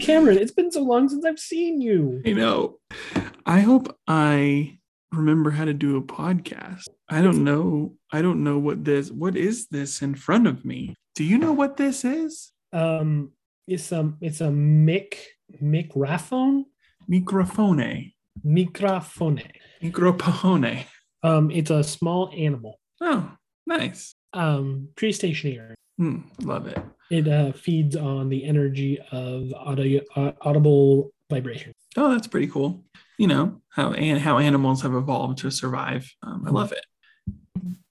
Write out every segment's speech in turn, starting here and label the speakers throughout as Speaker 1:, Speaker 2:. Speaker 1: Cameron, it's been so long since I've seen you.
Speaker 2: I know. I hope I remember how to do a podcast. I don't know. I don't know what this what is this in front of me? Do you know what this is?
Speaker 1: Um, it's a it's a mic microphone
Speaker 2: Microphone.
Speaker 1: microphone.
Speaker 2: Microphone.
Speaker 1: Um, it's a small animal.
Speaker 2: Oh, nice.
Speaker 1: Um, pretty stationary.
Speaker 2: Hmm, love it.
Speaker 1: It uh, feeds on the energy of audio, uh, audible vibration.
Speaker 2: Oh, that's pretty cool. You know how and how animals have evolved to survive. Um, I love it.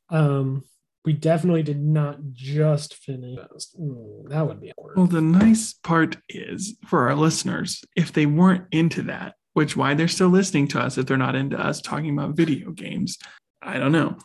Speaker 1: Um, we definitely did not just finish. Mm, that would be awkward.
Speaker 2: Well, the nice part is for our listeners, if they weren't into that, which why they're still listening to us if they're not into us talking about video games, I don't know.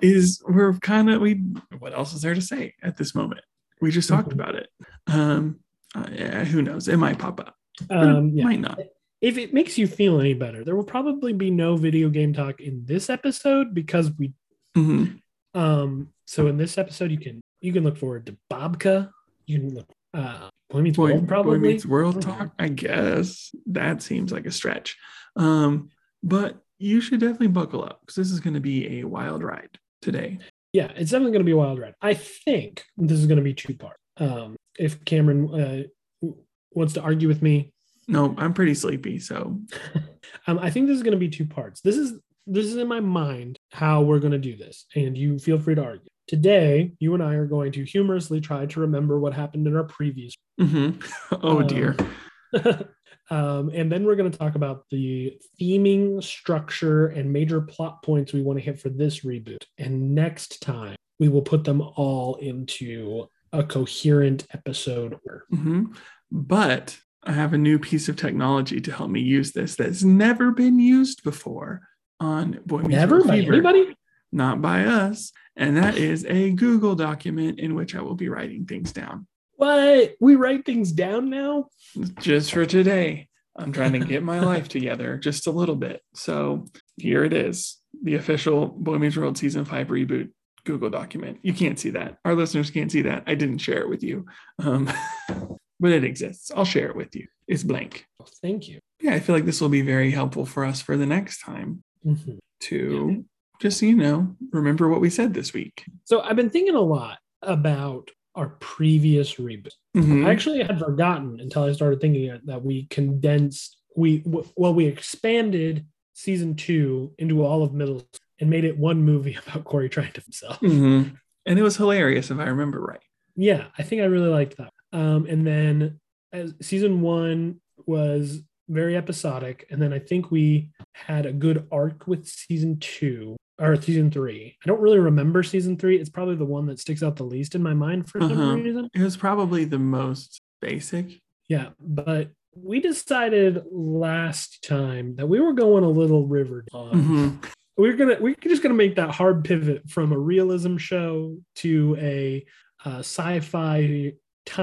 Speaker 2: Is we're kind of we what else is there to say at this moment? We just talked
Speaker 1: Mhm.
Speaker 2: about it. Um uh, yeah, who knows? It might pop up. but it
Speaker 1: Um, yeah.
Speaker 2: might not.
Speaker 1: If it makes you feel any better, there will probably be no video game talk in this episode because we.
Speaker 2: Mhm.
Speaker 1: Um, so in this episode, you can you can look forward to Bobka. You can look uh, Boy Meets
Speaker 2: Boy,
Speaker 1: World probably.
Speaker 2: Boy Meets World
Speaker 1: Mhm.
Speaker 2: talk, I guess. That seems like a stretch. Um, but you should definitely buckle up because this is going to be a wild ride today.
Speaker 1: yeah, it's definitely going to be a wild ride. I think this is going to be two part. Um, if Cameron uh, w- wants to argue with me,
Speaker 2: No, I'm pretty sleepy, so
Speaker 1: um, I think this is going to be two parts. This is this is in my mind how we're going to do this, and you feel free to argue. Today, you and I are going to humorously try to remember what happened in our previous,
Speaker 2: mhm. oh
Speaker 1: Um,
Speaker 2: dear.
Speaker 1: um, and then we're going to talk about the theming, structure, and major plot points we want to hit for this reboot. And next time, we will put them all into a coherent episode order.
Speaker 2: hmm But I have a new piece of technology to help me use this that's never been used before on Boy Meets
Speaker 1: Never
Speaker 2: World
Speaker 1: by
Speaker 2: Fever,
Speaker 1: anybody.
Speaker 2: not by us. And that is a Google document in which I will be writing things down
Speaker 1: What? We write things down now.
Speaker 2: just for today. I'm trying to get my life together just a little bit. So here it is the official Boy Meets World Season 5 reboot Google document. You can't see that. Our listeners can't see that. I didn't share it with you, um, but it exists. I'll share it with you. It's blank.
Speaker 1: Thank you.
Speaker 2: yeah, I feel like this will be very helpful for us for the next time
Speaker 1: Mhm.
Speaker 2: to just, you know, remember what we said this week.
Speaker 1: So I've been thinking a lot about our previous reboot.
Speaker 2: Mhm.
Speaker 1: I actually had forgotten until I started thinking it that we condensed we w- well we expanded season two into all of middle school and made it one movie about Corey trying to himself.
Speaker 2: Mhm. And it was hilarious, if I remember right.
Speaker 1: Yeah, I think I really liked that. Um, and then as season one was very episodic, and then I think we had a good arc with season two or season three. I don't really remember season three. It's probably the one that sticks out the least in my mind for
Speaker 2: Uh-huh.
Speaker 1: some reason.
Speaker 2: It was probably the most basic.
Speaker 1: Yeah, but we decided last time that we were going a little river.
Speaker 2: Mhm.
Speaker 1: We're gonna we're just gonna make that hard pivot from a realism show to a uh, sci-fi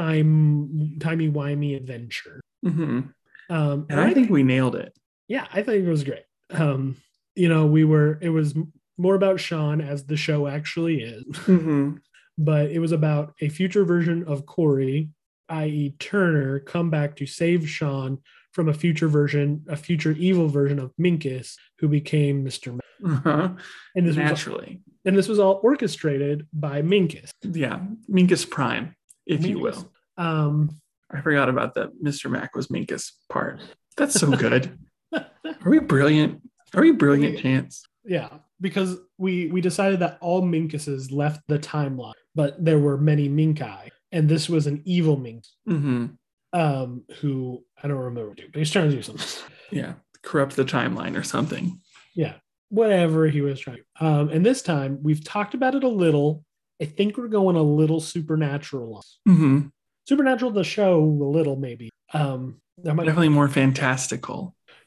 Speaker 1: time timey wimey adventure.
Speaker 2: Mhm.
Speaker 1: Um,
Speaker 2: And I think we nailed it.
Speaker 1: yeah, I think it was great. Um, you know, we were it was m- more about Sean as the show actually is, Mm-hmm.
Speaker 2: Mhm.
Speaker 1: but it was about a future version of Corey, i.e., Turner, come back to save Sean from a future version, a future evil version of Minkus, who became Mr. Ma-
Speaker 2: Uh-huh.
Speaker 1: And this was
Speaker 2: Naturally.
Speaker 1: and this was all orchestrated by Minkus.
Speaker 2: Yeah. Minkus Prime, if you
Speaker 1: Minkus.
Speaker 2: will.
Speaker 1: Um,
Speaker 2: I forgot about the Mr. Mac was Minkus part. That's so good. Are we brilliant? Are we brilliant, Chance?
Speaker 1: yeah, because we we decided that all Minkuses left the timeline, but there were many Minkai, and this was an evil Minkus.
Speaker 2: Mm-hmm.
Speaker 1: um, who I don't remember what to do, but he's trying to do something.
Speaker 2: yeah corrupt the timeline or something
Speaker 1: Whatever he was trying. To. Um, and this time we've talked about it a little. I think we're going a little supernatural. Mm-hmm.
Speaker 2: Mhm.
Speaker 1: Supernatural the show a little maybe. Um, that might
Speaker 2: definitely more fantastical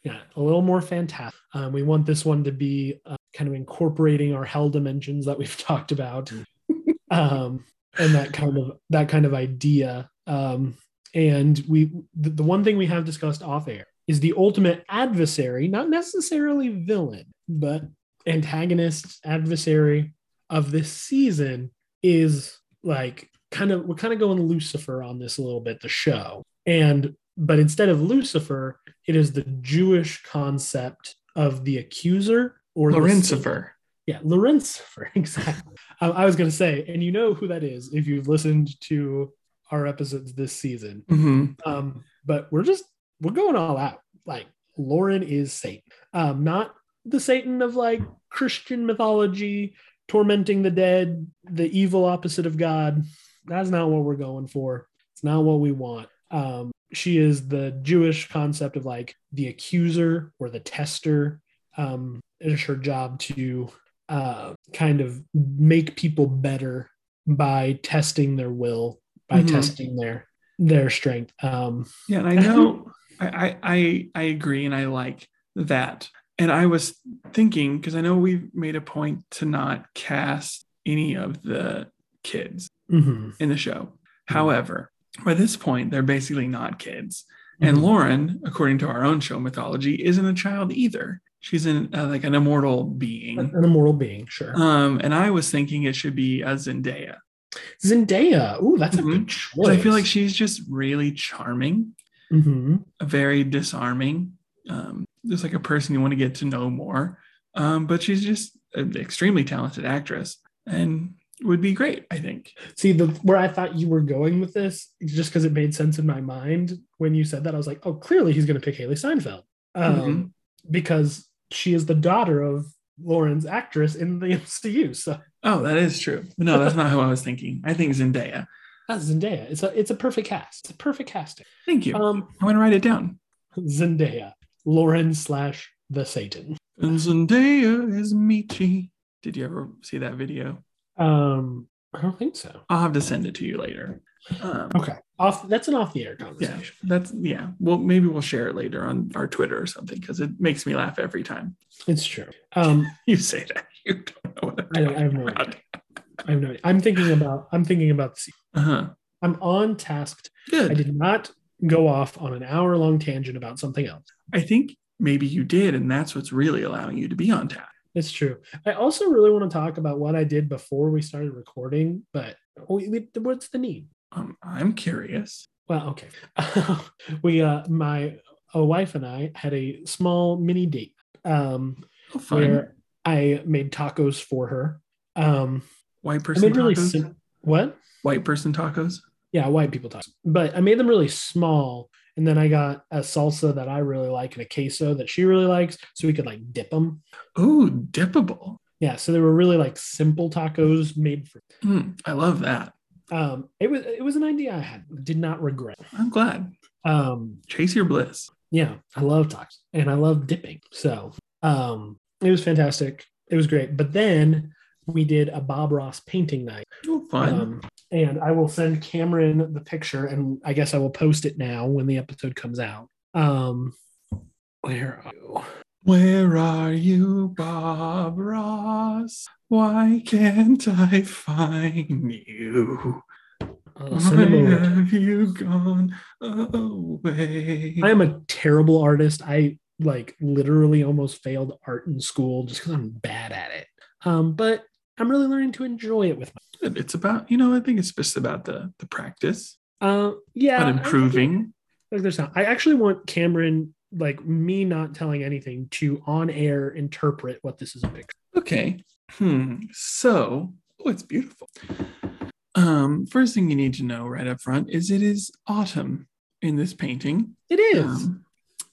Speaker 1: yeah a little more fantastic. Um, we want this one to be uh, kind of incorporating our hell dimensions that we've talked about, um, and that kind of that kind of idea. Um, and we the, the one thing we have discussed off air is the ultimate adversary, not necessarily villain, but antagonist adversary of this season is like kind of we're kind of going Lucifer on this a little bit. The show and But instead of Lucifer, it is the Jewish concept of the accuser or the
Speaker 2: Lorencifer.
Speaker 1: yeah, Lorencifer, exactly. I, I was going to say, and you know who that is if you've listened to our episodes this season.
Speaker 2: hmm
Speaker 1: Um, but we're just we're going all out. Like Lauren is Satan, um, not the Satan of like Christian mythology, tormenting the dead, the evil opposite of God. That's not what we're going for. It's not what we want. Um, she is the Jewish concept of like the accuser or the tester. Um, it is her job to uh, kind of make people better by testing their will, by
Speaker 2: Mhm.
Speaker 1: testing their their strength. Um,
Speaker 2: Yeah, and I know I, I I I agree and I like that. And I was thinking because I know we've made a point to not cast any of the kids
Speaker 1: mhm,
Speaker 2: in the show. However, by this point, they're basically not kids. And
Speaker 1: mhm.
Speaker 2: Lauren, according to our own show mythology, isn't a child either. She's an uh, like an immortal being.
Speaker 1: an immortal being, sure.
Speaker 2: Um, and I was thinking it should be a Zendaya.
Speaker 1: Zendaya. Ooh, that's a
Speaker 2: Mhm.
Speaker 1: good
Speaker 2: 'Cause
Speaker 1: choice.
Speaker 2: I feel like she's just really charming,
Speaker 1: Mhm.
Speaker 2: very disarming, um, just like a person you want to get to know more. Um, but she's just an extremely talented actress and would be great, I think.
Speaker 1: see the where I thought you were going with this, is just because it made sense in my mind when you said that, I was like, oh, clearly he's going to pick Haley Steinfeld um,
Speaker 2: Mhm.
Speaker 1: because she is the daughter of Lauren's actress in the MCU. So
Speaker 2: Oh, that is true. No, that's not who I was thinking. I think Zendaya.
Speaker 1: that's Zendaya. It's a it's a perfect cast. It's a perfect casting.
Speaker 2: Thank you.
Speaker 1: Um,
Speaker 2: I'm going to write it down.
Speaker 1: Zendaya, Lauren slash the Satan.
Speaker 2: And Zendaya is Michi. Did you ever see that video?
Speaker 1: Um, I don't think so.
Speaker 2: I'll have to send it to you later. Um,
Speaker 1: Okay, off. That's an off the air
Speaker 2: yeah,
Speaker 1: conversation.
Speaker 2: that's yeah. Well, maybe we'll share it later on our Twitter or something because it makes me laugh every time
Speaker 1: It's true. Um,
Speaker 2: you say that. You don't know what I'm
Speaker 1: I don't-
Speaker 2: talking
Speaker 1: I have no idea.
Speaker 2: about.
Speaker 1: I have no idea. I'm thinking about I'm thinking about the sequel.
Speaker 2: Uh huh.
Speaker 1: I'm on task.
Speaker 2: Good.
Speaker 1: I
Speaker 2: I,
Speaker 1: did not go off on an hour long tangent about something else.
Speaker 2: think maybe you did, and that's what's really allowing you to be on task.
Speaker 1: It's true. I also really want to talk about what I did before we started recording, but we, we, what's the need?
Speaker 2: Um, I'm curious.
Speaker 1: Well, okay. we uh my uh, wife and I had a small mini date um
Speaker 2: Oh, fun.
Speaker 1: where I made tacos for her. Um
Speaker 2: White
Speaker 1: I
Speaker 2: person
Speaker 1: made really
Speaker 2: tacos.
Speaker 1: sim- what?
Speaker 2: White person tacos.
Speaker 1: yeah, white people talk. But I made them really small, and then I got a salsa that I really like and a queso that she really likes, so we could like dip them.
Speaker 2: Oh, dippable.
Speaker 1: Yeah, so they were really like simple tacos made for.
Speaker 2: Mm, I love that.
Speaker 1: Um, it was it was an idea I had, did not regret.
Speaker 2: I'm glad.
Speaker 1: Um,
Speaker 2: Chase your bliss.
Speaker 1: yeah, I love tacos and I love dipping, so um, it was fantastic. It was great. But then we did a Bob Ross painting night.
Speaker 2: Oh, fun.
Speaker 1: Um, and I will send Cameron the picture, and I guess I will post it now when the episode comes out. Um, where are you?
Speaker 2: Where are you, Bob Ross? Why can't I find you?
Speaker 1: I'll send him
Speaker 2: Where
Speaker 1: a link.
Speaker 2: have you gone away?
Speaker 1: I am a terrible artist. I like literally almost failed art in school just because I'm bad at it. Um, but I'm really learning to enjoy it with my.
Speaker 2: it's about, you know, I think it's just about the the practice,
Speaker 1: Uh, yeah,
Speaker 2: about
Speaker 1: I-
Speaker 2: improving.
Speaker 1: like there's not. I actually want Cameron, like me, not telling anything, to on air interpret what this is a picture.
Speaker 2: Okay. Hmm. So, oh, it's beautiful. Um, first thing you need to know right up front is it is autumn in this painting.
Speaker 1: It is.
Speaker 2: Um,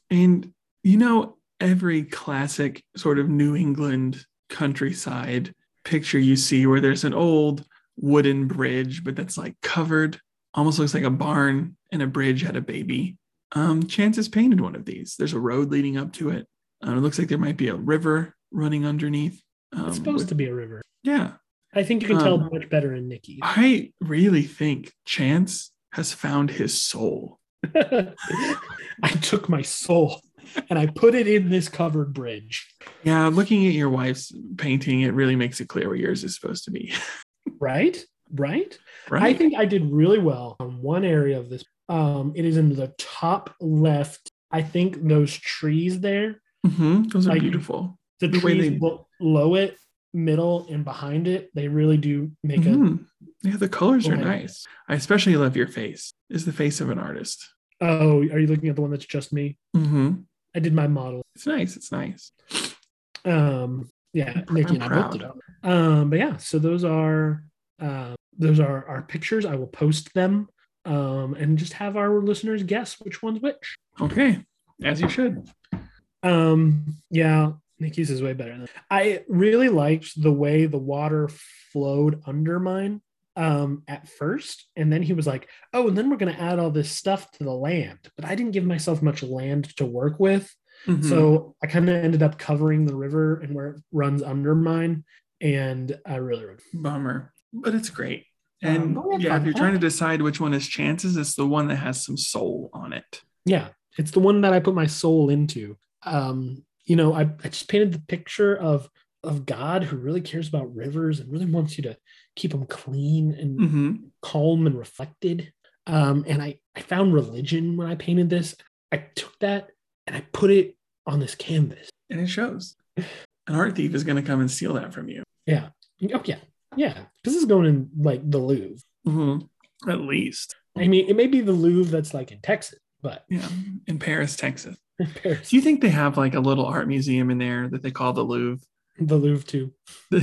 Speaker 2: and you know, every classic sort of New England countryside picture you see where there's an old wooden bridge, but that's like covered, almost looks like a barn and a bridge had a baby. Um, Chance has painted one of these. There's a road leading up to it. Um, it looks like there might be a river running underneath. Um,
Speaker 1: it's supposed to be a river.
Speaker 2: Yeah.
Speaker 1: I think you can tell
Speaker 2: Um,
Speaker 1: much better in Nikki.
Speaker 2: I really think Chance has found his soul.
Speaker 1: I took my soul and I put it in this covered bridge.
Speaker 2: Yeah, looking at your wife's painting, it really makes it clear where yours is supposed to be.
Speaker 1: Right? Right?
Speaker 2: Right?
Speaker 1: I think I did really well on one area of this. Um, it is in the top left. I think those trees there,
Speaker 2: hmm those are
Speaker 1: like-
Speaker 2: beautiful.
Speaker 1: the,
Speaker 2: The way
Speaker 1: trees
Speaker 2: they-
Speaker 1: lo- below it, middle, and behind it, they really do make
Speaker 2: Mhm. Yeah, the colors Mm-hmm.
Speaker 1: Go
Speaker 2: are
Speaker 1: ahead.
Speaker 2: nice. I especially love your face. Is the face of an artist.
Speaker 1: Oh, are you looking at the one that's just me?
Speaker 2: Mm-hmm.
Speaker 1: I did my model.
Speaker 2: It's nice. It's nice.
Speaker 1: Um, yeah, Nikki and I
Speaker 2: proud.
Speaker 1: both did it. Um, but yeah, so those are uh, those are our pictures. I will post them um, and just have our listeners guess which one's which.
Speaker 2: Okay, as you should.
Speaker 1: Um, yeah, Nikki's is way better. Than I really liked the way the water flowed under mine um, at first, and then he was like, "Oh, and then we're going to add all this stuff to the land." But I didn't give myself much land to work with,
Speaker 2: Mhm.
Speaker 1: Mm-hmm. so I kind of ended up covering the river and where it runs under mine. And I really, really
Speaker 2: bummer, but it's great.
Speaker 1: Um,
Speaker 2: And
Speaker 1: but we had
Speaker 2: yeah,
Speaker 1: fun.
Speaker 2: if you're trying to decide which one is chances, it's the one that has some soul on it.
Speaker 1: Yeah, it's the one that I put my soul into. Um, you know, I, I just painted the picture of of God who really cares about rivers and really wants you to keep them clean and
Speaker 2: hmm
Speaker 1: calm and reflected. Um, and I I found religion when I painted this. I took that and I put it on this canvas.
Speaker 2: And it shows. An art thief is going to come and steal that from you.
Speaker 1: Oh yeah, yeah. This is going in like the Louvre.
Speaker 2: Mhm.
Speaker 1: Mm-hmm.
Speaker 2: At least.
Speaker 1: I mean, it may be the Louvre that's like in Texas, but
Speaker 2: Yeah. In Paris, Texas.
Speaker 1: in Paris,
Speaker 2: Do you think they have like a little art museum in there that they call the Louvre?
Speaker 1: the Louvre too.
Speaker 2: The,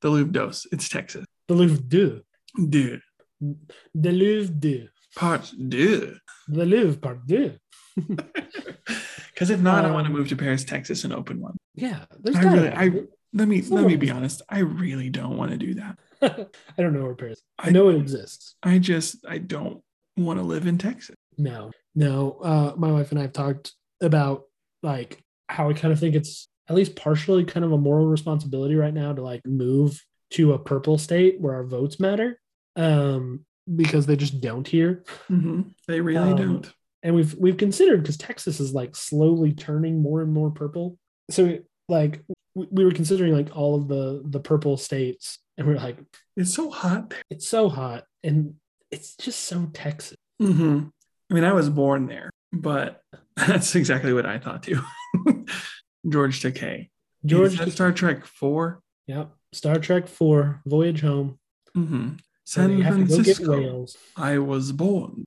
Speaker 2: the Louvre Dos. It's Texas.
Speaker 1: The Louvre deux.
Speaker 2: Dude.
Speaker 1: The Louvre deux.
Speaker 2: Part deux.
Speaker 1: The Louvre part deux.
Speaker 2: Because if not, I want to
Speaker 1: Um,
Speaker 2: move to Paris, Texas and open one.
Speaker 1: Yeah, there's
Speaker 2: I
Speaker 1: gotta
Speaker 2: really-
Speaker 1: be.
Speaker 2: Let me let me be honest. I really don't want to do that.
Speaker 1: I don't know where Paris. I
Speaker 2: I-
Speaker 1: know it exists.
Speaker 2: I just I don't want to live in Texas.
Speaker 1: No, no. Uh, my wife and I have talked about like how I kind of think it's at least partially kind of a moral responsibility right now to like move to a purple state where our votes matter, um, because they just don't here.
Speaker 2: They really
Speaker 1: Um,
Speaker 2: don't.
Speaker 1: and we've we've considered because Texas is like slowly turning more and more purple. So like we, we were considering like all of the the purple states, and we we're like,
Speaker 2: It's so hot there.
Speaker 1: it's so hot, and it's just so Texas. Mm-hmm.
Speaker 2: I mean, I was born there, but that's exactly what I thought too. George Takei.
Speaker 1: George,
Speaker 2: Is that Star Trek 4
Speaker 1: Yep. Star Trek Four: Voyage Home.
Speaker 2: Mm-hmm.
Speaker 1: where
Speaker 2: San
Speaker 1: they have to go get
Speaker 2: Francisco.
Speaker 1: whales.
Speaker 2: I was born.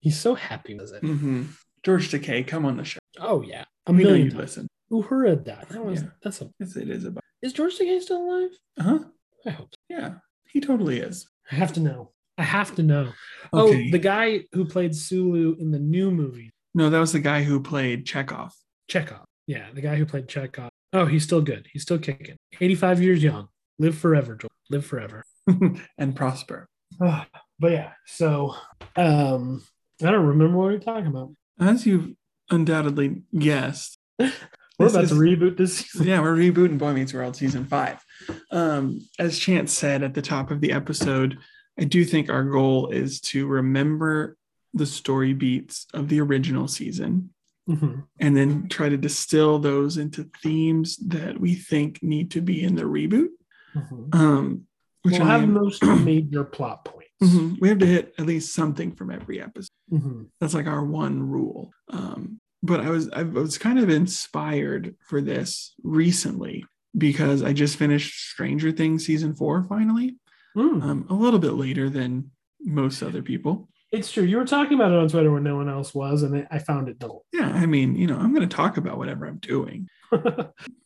Speaker 1: He's so happy with it.
Speaker 2: Mhm. George Takei, come on the show.
Speaker 1: Oh yeah, Mm-hmm. a
Speaker 2: we know
Speaker 1: million
Speaker 2: you
Speaker 1: times.
Speaker 2: listen.
Speaker 1: Uhura died. That was
Speaker 2: Yeah.
Speaker 1: that's a.
Speaker 2: Yes, it is about.
Speaker 1: Is George Takei still alive?
Speaker 2: Huh?
Speaker 1: I hope. So.
Speaker 2: Yeah, he totally is.
Speaker 1: I have to know. I have to know.
Speaker 2: Okay.
Speaker 1: Oh, the guy who played Sulu in the new movie
Speaker 2: no, that was the guy who played Chekhov.
Speaker 1: Chekhov. Yeah, the guy who played Chekhov. Oh, he's still good. He's still kicking. Eighty-five years young. Live forever, George. Live forever.
Speaker 2: and Prosper.
Speaker 1: Ah, but yeah, so um, I don't remember what we we're talking about.
Speaker 2: As you've undoubtedly guessed,
Speaker 1: We're
Speaker 2: This
Speaker 1: about
Speaker 2: is-
Speaker 1: to reboot this season.
Speaker 2: yeah, we're rebooting Boy Meets World season five. Um, as Chance said at the top of the episode, I do think our goal is to remember the story beats of the original season
Speaker 1: Mhm.
Speaker 2: and then try to distill those into themes that we think need to be in the reboot.
Speaker 1: Mhm.
Speaker 2: Um, which
Speaker 1: we'll
Speaker 2: I
Speaker 1: have
Speaker 2: mean,
Speaker 1: most major plot points.
Speaker 2: mhm, we have to hit at least something from every episode.
Speaker 1: Mhm.
Speaker 2: that's like our one rule um but i was i was kind of inspired for this recently because i just finished stranger things season four finally
Speaker 1: Mm.
Speaker 2: um a little bit later than most other people
Speaker 1: It's true. You were talking about it on Twitter when no one else was, and I- I found it dull.
Speaker 2: yeah i mean you know i'm going to talk about whatever i'm doing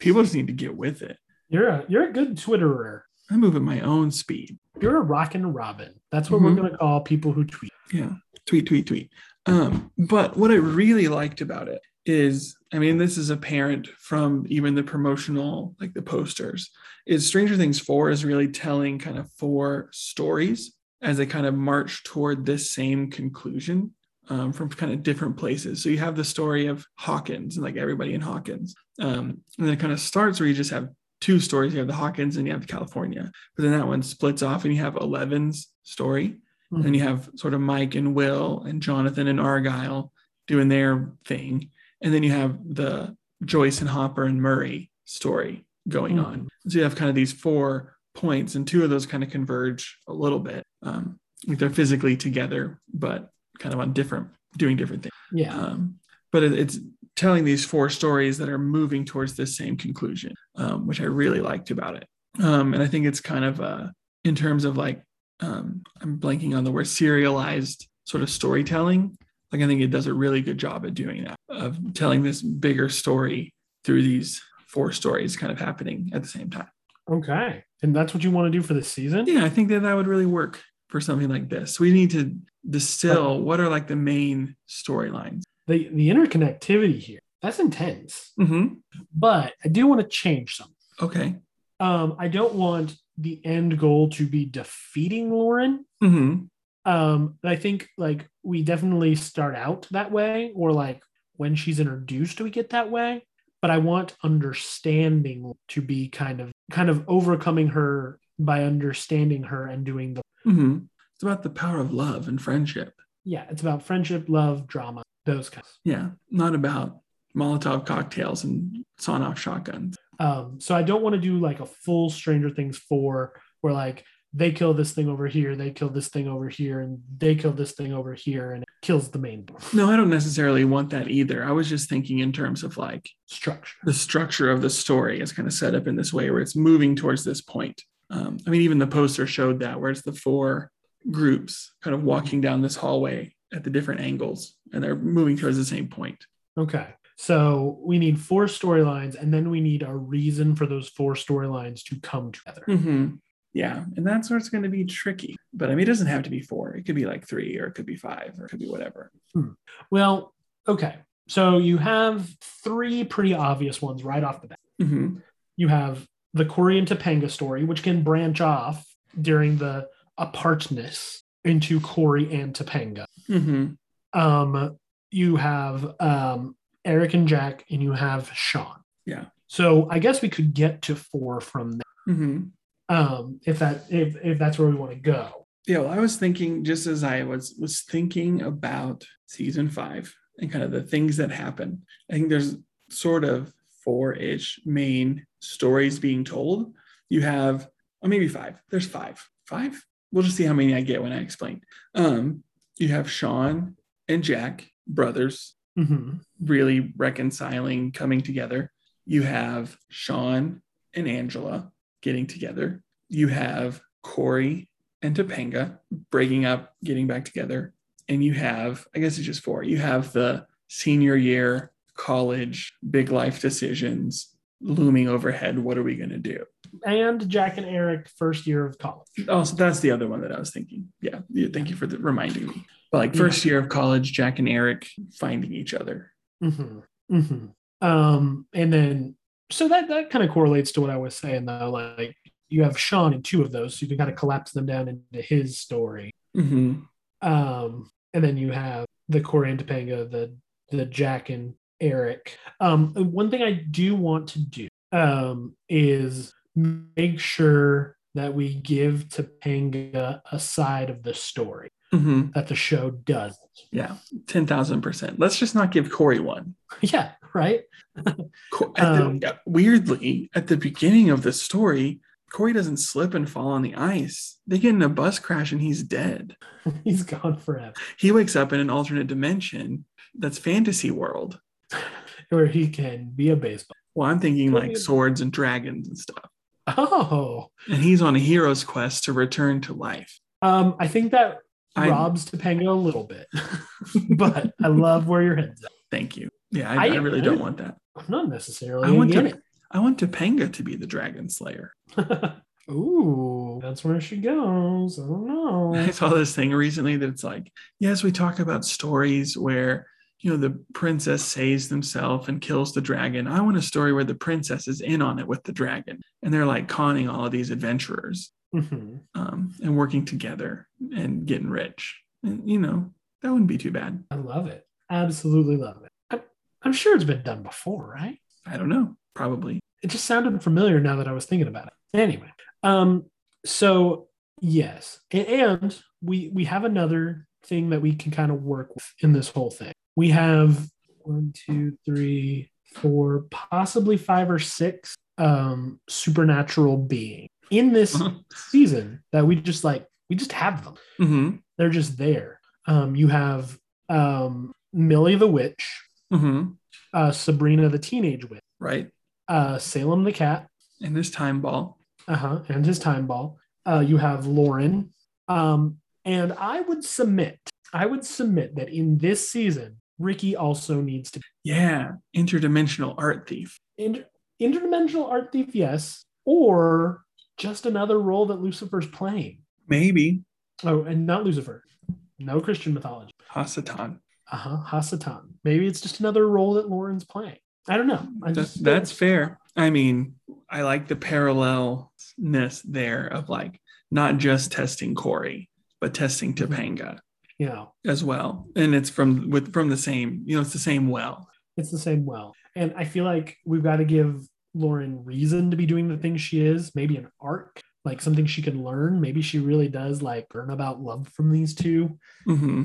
Speaker 2: people just need to get with it
Speaker 1: you're a you're a good Twitterer.
Speaker 2: i move at my own speed
Speaker 1: You're a rockin' Robin. That's what
Speaker 2: Mhm.
Speaker 1: we're gonna call people who tweet.
Speaker 2: yeah tweet tweet tweet um but what i really liked about it is i mean this is apparent from even the promotional like the posters is stranger things 4 is really telling kind of four stories as they kind of march toward this same conclusion um, from kind of different places so you have the story of hawkins and like everybody in hawkins um, and then it kind of starts where you just have two stories you have the hawkins and you have california but then that one splits off and you have 11's story
Speaker 1: Mm-hmm.
Speaker 2: and you have sort of Mike and Will and Jonathan and Argyle doing their thing. And then you have the Joyce and Hopper and Murray story going on. So you have kind of these four points, and two of those kind of converge a little bit. Um, like they're physically together, but kind of on different, doing different things.
Speaker 1: Yeah.
Speaker 2: Um, but it, it's telling these four stories that are moving towards this same conclusion, um, which I really liked about it. Um, and I think it's kind of uh, in terms of like, um, I'm blanking on the word serialized sort of storytelling. Like I think it does a really good job at doing that, of telling this bigger story through these four stories kind of happening at the same time.
Speaker 1: Okay. And that's what you want to do for this season?
Speaker 2: Yeah, I think that that would really work for something like this. We need to distill what are like the main storylines.
Speaker 1: The the interconnectivity here, that's intense.
Speaker 2: Mm-hmm.
Speaker 1: But I do want to change something.
Speaker 2: Okay.
Speaker 1: Um, I don't want the end goal to be defeating Lauren.
Speaker 2: Mm-hmm.
Speaker 1: Um, but I think like we definitely start out that way, or like when she's introduced, we get that way. But I want understanding to be kind of kind of overcoming her by understanding her and doing the
Speaker 2: Mm-hmm. It's about the power of love and friendship.
Speaker 1: yeah, it's about friendship, love, drama, those kinds.
Speaker 2: Yeah, not about Molotov cocktails and sawn off shotguns.
Speaker 1: Um, so I don't want to do like a full Stranger Things four where like they kill this thing over here, they kill this thing over here, and they kill this thing over here, and it kills the main
Speaker 2: No, I don't necessarily want that either. I was just thinking in terms of like
Speaker 1: structure.
Speaker 2: the structure of the story is kind of set up in this way where it's moving towards this point. Um, I mean, even the poster showed that where it's the four groups kind of walking down this hallway at the different angles and they're moving towards the same point.
Speaker 1: Okay. So we need four storylines, and then we need a reason for those four storylines to come together.
Speaker 2: Mm-hmm. Yeah. And that's where it's going to be tricky. But I mean, it doesn't have to be four, it could be like three or it could be five or it could be whatever.
Speaker 1: Well, okay. So you have three pretty obvious ones right off the bat.
Speaker 2: Mm-hmm.
Speaker 1: You have the Corey and Topanga story, which can branch off during the apartness into Corey and Topanga.
Speaker 2: Mm-hmm.
Speaker 1: um you have um eric and jack and you have sean
Speaker 2: Yeah.
Speaker 1: so i guess we could get to four from there
Speaker 2: Mm-hmm.
Speaker 1: um if that if if that's where we want to go
Speaker 2: Yeah, well, I was thinking just as I was was thinking about season five and kind of the things that happen. I think there's sort of four-ish main stories being told. You have, or maybe five. There's five. Five. We'll just see how many I get when I explain. Um, you have Sean and Jack, brothers,
Speaker 1: mm-hmm.
Speaker 2: really reconciling, coming together. You have Sean and Angela getting together. You have Corey and Topanga breaking up, getting back together. And you have, I guess it's just four. You have the senior year, college, big life decisions looming overhead. What are we going to do?
Speaker 1: and jack and eric first year of college
Speaker 2: Also, that's the other one that I was thinking. Yeah. yeah, Thank you for the, reminding me. But like first year of college, Jack and Eric finding each other.
Speaker 1: mm-hmm. Mm-hmm. um and then so that that kind of correlates to what i was saying though like you have sean in two of those so you can kind of collapse them down into his story
Speaker 2: Mm-hmm.
Speaker 1: Um, and then you have the Corey and Topanga, the the Jack and Eric. Um, one thing I do want to do um, is make sure that we give Topanga a side of the story
Speaker 2: Mm-hmm.
Speaker 1: that the show doesn't.
Speaker 2: Yeah, ten thousand percent. Let's just not give Corey one.
Speaker 1: yeah, right.
Speaker 2: Co- at the-
Speaker 1: Um,
Speaker 2: yeah, weirdly, at the beginning of the story, Corey doesn't slip and fall on the ice. They get in a bus crash and he's dead.
Speaker 1: He's gone forever.
Speaker 2: He wakes up in an alternate dimension that's fantasy world.
Speaker 1: Or he can be a baseball.
Speaker 2: Well, I'm thinking
Speaker 1: Corey-
Speaker 2: like swords and dragons and stuff.
Speaker 1: Oh,
Speaker 2: And he's on a hero's quest to return to life.
Speaker 1: um, I think that
Speaker 2: I
Speaker 1: robs Topanga a little bit, but I love where your head's at.
Speaker 2: thank you. Yeah, I, I,
Speaker 1: I-
Speaker 2: really
Speaker 1: I
Speaker 2: don't
Speaker 1: didn't-
Speaker 2: want that.
Speaker 1: I'm not necessarily
Speaker 2: I want
Speaker 1: against
Speaker 2: to. I want Topanga to be the dragon slayer.
Speaker 1: Ooh, that's where she goes. I don't know.
Speaker 2: I saw this thing recently that it's like, yes, we talk about stories where, you know, the princess saves themselves and kills the dragon. I want a story where the princess is in on it with the dragon. And they're like conning all of these adventurers
Speaker 1: Mhm.
Speaker 2: um, and working together and getting rich. And, you know, that wouldn't be too bad.
Speaker 1: I love it. Absolutely love it. I'm, I'm sure it's been done before, right?
Speaker 2: I don't know, probably.
Speaker 1: It just sounded familiar now that I was thinking about it. Anyway, um, so yes, and, and we we have another thing that we can kind of work with in this whole thing. We have one, two, three, four, possibly five or six um supernatural beings in this season that we just like we just have them
Speaker 2: hmm
Speaker 1: they're just there um you have um millie the witch
Speaker 2: hmm
Speaker 1: uh sabrina the teenage witch
Speaker 2: Right.
Speaker 1: uh salem the cat
Speaker 2: And this time ball.
Speaker 1: uh-huh and his time ball uh you have lauren um and i would submit I would submit that in this season, Ricky also needs to
Speaker 2: Yeah, interdimensional art thief.
Speaker 1: inter- interdimensional art thief, yes, or just another role that Lucifer's playing.
Speaker 2: Maybe
Speaker 1: Oh, and not Lucifer. No Christian mythology.
Speaker 2: Hasatan.
Speaker 1: Uh-huh. Hasatan. Maybe it's just another role that Lauren's playing. I don't know. I
Speaker 2: That's,
Speaker 1: just-
Speaker 2: that's fair. I mean, I like the parallelness there of like not just testing Corey, but testing
Speaker 1: Mm-hmm.
Speaker 2: Topanga
Speaker 1: you know,
Speaker 2: as well. And it's from with from the same, you know, it's the same well.
Speaker 1: it's the same well. And I feel like we've got to give Lauren reason to be doing the things she is, maybe an arc, like something she can learn. Maybe she really does like learn about love from these two
Speaker 2: hmm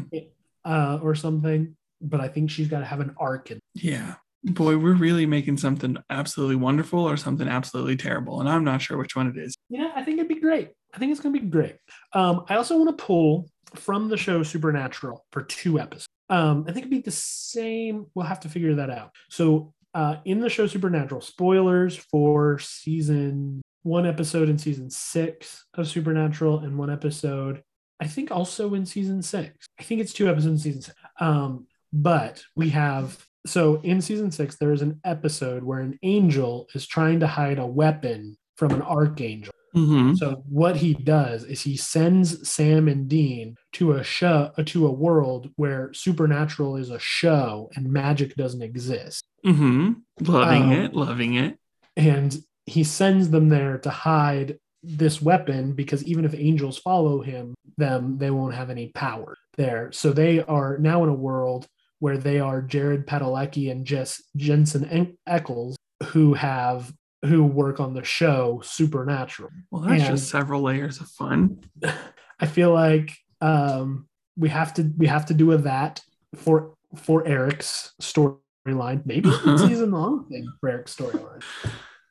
Speaker 1: uh, or something. But I think she's got to have an arc. And
Speaker 2: Yeah. Boy, we're really making something absolutely wonderful or something absolutely terrible. And I'm not sure which one it is.
Speaker 1: yeah, I think it'd be great. I think it's going to be great. Um, I also want to pull from the show Supernatural for two episodes. Um, I think it'd be the same. We'll have to figure that out. So uh, in the show Supernatural, spoilers for season one episode in season six of Supernatural and one episode, I think also in season six. I think it's two episodes in season six. Um, but we have so in season six, there is an episode where an angel is trying to hide a weapon from an archangel.
Speaker 2: Mm-hmm.
Speaker 1: So what he does is he sends Sam and Dean to a show to a world where supernatural is a show and magic doesn't exist.
Speaker 2: Mm-hmm. Loving
Speaker 1: Um,
Speaker 2: it. Loving it.
Speaker 1: And he sends them there to hide this weapon because even if angels follow him them they won't have any power there. So they are now in a world where they are Jared Padalecki and Jess Jensen En- Eccles who have who work on the show Supernatural.
Speaker 2: Well, that's
Speaker 1: and-
Speaker 2: just several layers of fun.
Speaker 1: I feel like um, we have to we have to do with that for for Eric's storyline. Maybe it's a season long thing for Eric's storyline.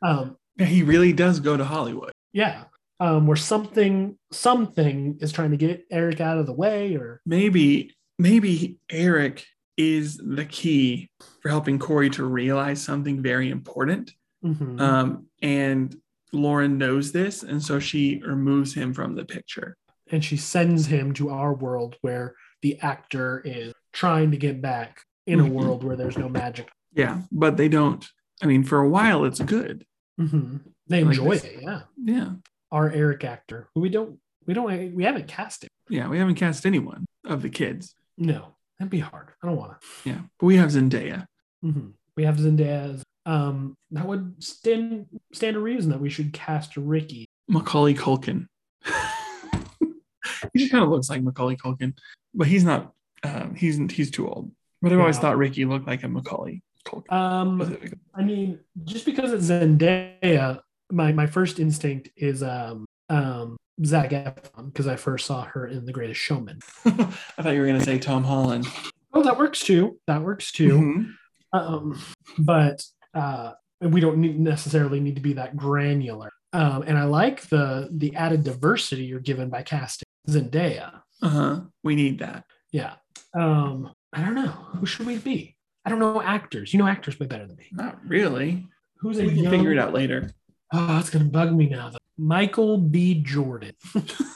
Speaker 1: Um,
Speaker 2: Yeah, he really does go to Hollywood.
Speaker 1: yeah, um, where something something is trying to get Eric out of the way, or
Speaker 2: Maybe, maybe Eric is the key for helping Corey to realize something very important.
Speaker 1: Mhm.
Speaker 2: Um, and Lauren knows this, and so she removes him from the picture.
Speaker 1: and she sends him to our world where the actor is trying to get back in a
Speaker 2: Mhm.
Speaker 1: world where there's no magic.
Speaker 2: Yeah, but they don't. I mean, for a while, it's good.
Speaker 1: Mhm. They
Speaker 2: Like
Speaker 1: enjoy
Speaker 2: this.
Speaker 1: it. Yeah,
Speaker 2: Yeah,
Speaker 1: our Eric actor who we don't we don't we haven't cast him.
Speaker 2: yeah. We haven't cast anyone of the kids.
Speaker 1: No, that'd be hard. I don't want to.
Speaker 2: Yeah, but we have Zendaya.
Speaker 1: Mhm. We have Zendaya. as- Um, that would stand stand to reason that we should cast Ricky.
Speaker 2: Macaulay Culkin. he just kind of looks like Macaulay Culkin, but he's not. Um, he's he's too old. But I've always
Speaker 1: Yeah.
Speaker 2: thought Ricky looked like a Macaulay Culkin.
Speaker 1: Um,
Speaker 2: specifically.
Speaker 1: I mean, just because it's Zendaya, my my first instinct is um um Zac Efron because I first saw her in The Greatest Showman.
Speaker 2: I thought you were gonna say Tom Holland.
Speaker 1: Oh, that works too. That works too.
Speaker 2: Mhm.
Speaker 1: Um, but uh, we don't need, necessarily need to be that granular. Um, and I like the the added diversity you're given by casting Zendaya.
Speaker 2: Uh-huh. We need that.
Speaker 1: Yeah. Um, I don't know. Who should we be? I don't know actors. You know actors way better than me.
Speaker 2: Not really.
Speaker 1: Who's a
Speaker 2: We can
Speaker 1: young...
Speaker 2: figure it out later.
Speaker 1: Oh, it's gonna bug me now. Though. Michael B. Jordan.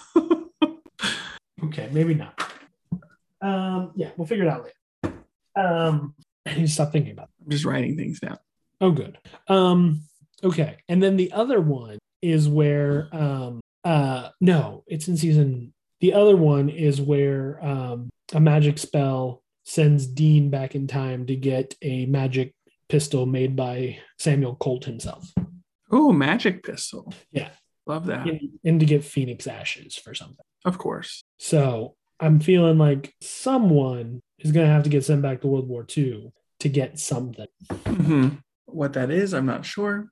Speaker 1: okay, maybe not. Um, yeah, we'll figure it out later. Um, I need to stop thinking about.
Speaker 2: I'm just writing things down.
Speaker 1: It. Oh, good. Um, okay, and then the other one is where um, uh, no, it's in season. The other one is where um, a magic spell sends Dean back in time to get a magic pistol made by Samuel Colt himself.
Speaker 2: Oh, magic pistol.
Speaker 1: Yeah.
Speaker 2: Love that.
Speaker 1: and, and to get Phoenix Ashes for something.
Speaker 2: Of course.
Speaker 1: So I'm feeling like someone is going to have to get sent back to World War II to get something.
Speaker 2: Mhm. What that is, I'm not sure.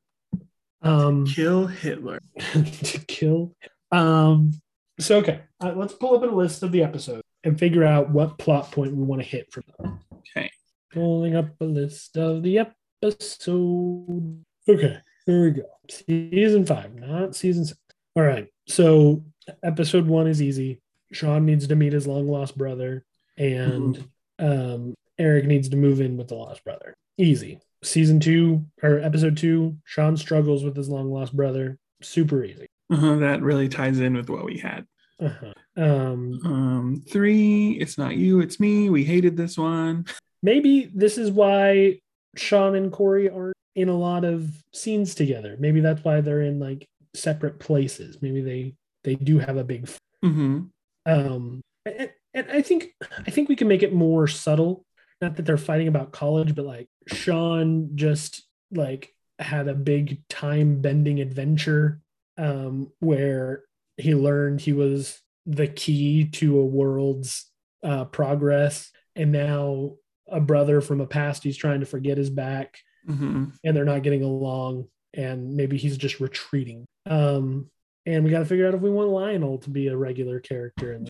Speaker 1: Um,
Speaker 2: Kill Hitler.
Speaker 1: to kill. Um, so okay, uh, let's pull up a list of the episodes and figure out what plot point we want to hit from them.
Speaker 2: Okay.
Speaker 1: Pulling up a list of the episode. Okay, here we go. Season five, not season six. All right. So episode one is easy. Sean needs to meet his long lost brother, and um, Eric needs to move in with the lost brother. Easy. Season two or episode two, Sean struggles with his long lost brother. Super easy.
Speaker 2: Uh-huh. That really ties in with what we had.
Speaker 1: Uh-huh. Um,
Speaker 2: Um, three, it's not you, it's me. We hated this one.
Speaker 1: maybe this is why Sean and Corey aren't in a lot of scenes together. Maybe that's why they're in like separate places. Maybe they they do have a big
Speaker 2: Mm-hmm.
Speaker 1: um and, and I think I think we can make it more subtle. Not that they're fighting about college, but like Sean just like had a big time bending adventure um where he learned he was the key to a world's uh progress and now a brother from a past he's trying to forget is back
Speaker 2: Mm-hmm.
Speaker 1: and they're not getting along and maybe he's just retreating um and we got to figure out if we want lionel to be a regular character in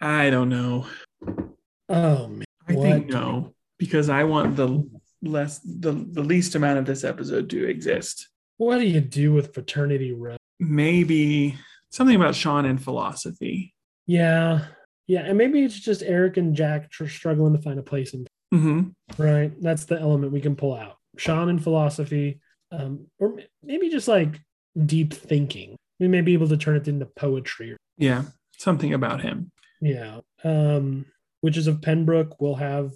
Speaker 2: I don't know.
Speaker 1: oh man
Speaker 2: I think
Speaker 1: What?
Speaker 2: no, because I want the less the, the least amount of this episode to exist.
Speaker 1: what do you do with fraternity row
Speaker 2: Maybe something about Sean and philosophy.
Speaker 1: yeah yeah and maybe it's just eric and jack tr- struggling to find a place in
Speaker 2: Mm-hmm.
Speaker 1: right that's the element we can pull out sean and philosophy um or m- maybe just like deep thinking we may be able to turn it into poetry or
Speaker 2: Yeah, something about him.
Speaker 1: Yeah. Um, Witches of Pembroke will have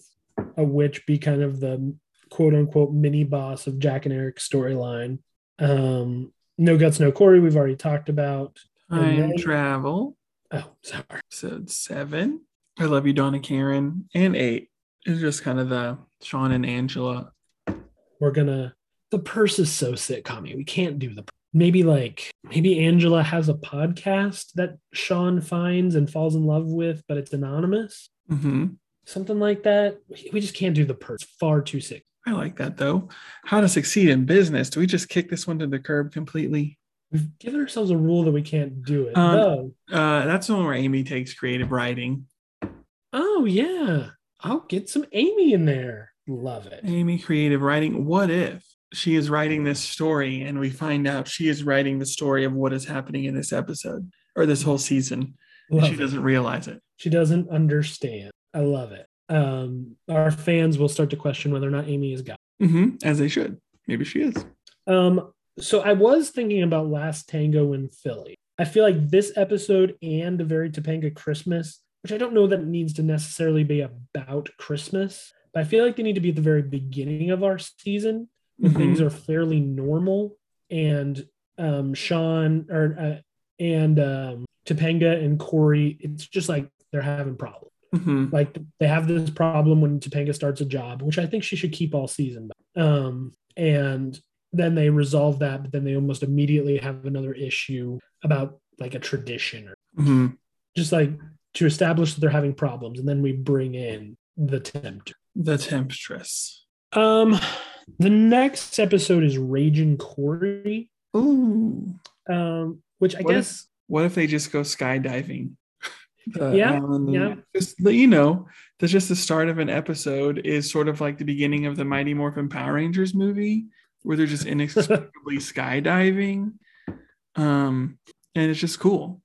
Speaker 1: a witch be kind of the quote unquote mini boss of Jack and Eric's storyline. Um, no Guts, No Corey, we've already talked about. And
Speaker 2: Time
Speaker 1: then-
Speaker 2: travel,
Speaker 1: Oh, sorry.
Speaker 2: episode seven. I love you, Donna Karen, and eight is just kind of the Sean and Angela.
Speaker 1: We're going to. The purse is so sitcom We can't do the. Maybe like, maybe Angela has a podcast that Sean finds and falls in love with, but it's anonymous.
Speaker 2: Mm-hmm.
Speaker 1: Something like that. We- We just can't do the purse. Far too sick.
Speaker 2: I like that though. How to succeed in business? Do we just kick this one to the curb completely?
Speaker 1: We've given ourselves a rule that we can't do it.
Speaker 2: Um,
Speaker 1: though.
Speaker 2: Uh, that's the one where Amy takes creative writing.
Speaker 1: Oh yeah. I'll get some Amy in there. Love it.
Speaker 2: Amy, creative writing. What if she is writing this story and we find out she is writing the story of what is happening in this episode or this whole season? and
Speaker 1: Love
Speaker 2: she
Speaker 1: it.
Speaker 2: doesn't realize it.
Speaker 1: She doesn't understand. I love it. Um, our fans will start to question whether or not Amy is God.
Speaker 2: hmm as they should. Maybe she is.
Speaker 1: Um, so I was thinking about Last Tango in Philly. I feel like this episode and the very Topanga Christmas, which I don't know that it needs to necessarily be about Christmas, but I feel like they need to be at the very beginning of our season when
Speaker 2: Mm-hmm.
Speaker 1: things are fairly normal and um sean or uh, and um topanga and corey it's just like they're having problems
Speaker 2: Mhm.
Speaker 1: like they have this problem when topanga starts a job which i think she should keep all season um and then they resolve that but then they almost immediately have another issue about like a tradition or
Speaker 2: Mhm.
Speaker 1: just like to establish that they're having problems and then we bring in the tempter
Speaker 2: The temptress.
Speaker 1: um the next episode is raging corey
Speaker 2: Ooh.
Speaker 1: um, which I
Speaker 2: What if-
Speaker 1: guess
Speaker 2: What if they just go skydiving? The
Speaker 1: Yeah,
Speaker 2: island and-
Speaker 1: yeah.
Speaker 2: Just let you know, that's just the start of an episode is sort of like the beginning of the Mighty Morphin Power Rangers movie, where they're just inexplicably skydiving. Um, and it's just cool.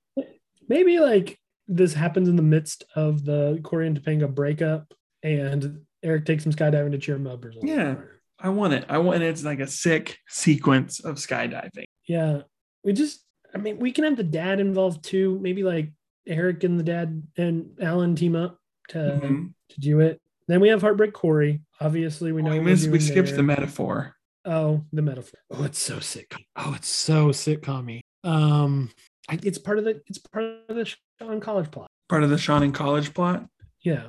Speaker 1: maybe like this happens in the midst of the Corey and Topanga breakup, and Eric takes him skydiving to cheer him up or something.
Speaker 2: Yeah. I want it. I want and it's like a sick sequence of skydiving.
Speaker 1: yeah. We just, I mean, we can have the dad involved too. Maybe like Eric and the dad and Alan team up to
Speaker 2: Mhm.
Speaker 1: to do it. Then we have heartbreak Corey. Obviously, Oh, we know
Speaker 2: we
Speaker 1: what we're
Speaker 2: missed, we
Speaker 1: doing
Speaker 2: skipped
Speaker 1: there.
Speaker 2: the metaphor.
Speaker 1: Oh, the metaphor. Oh, it's so sick. Oh, it's so sitcom-y. Um, I, it's part of the it's part of the Sean College plot.
Speaker 2: Part of the Sean in college plot.
Speaker 1: Yeah.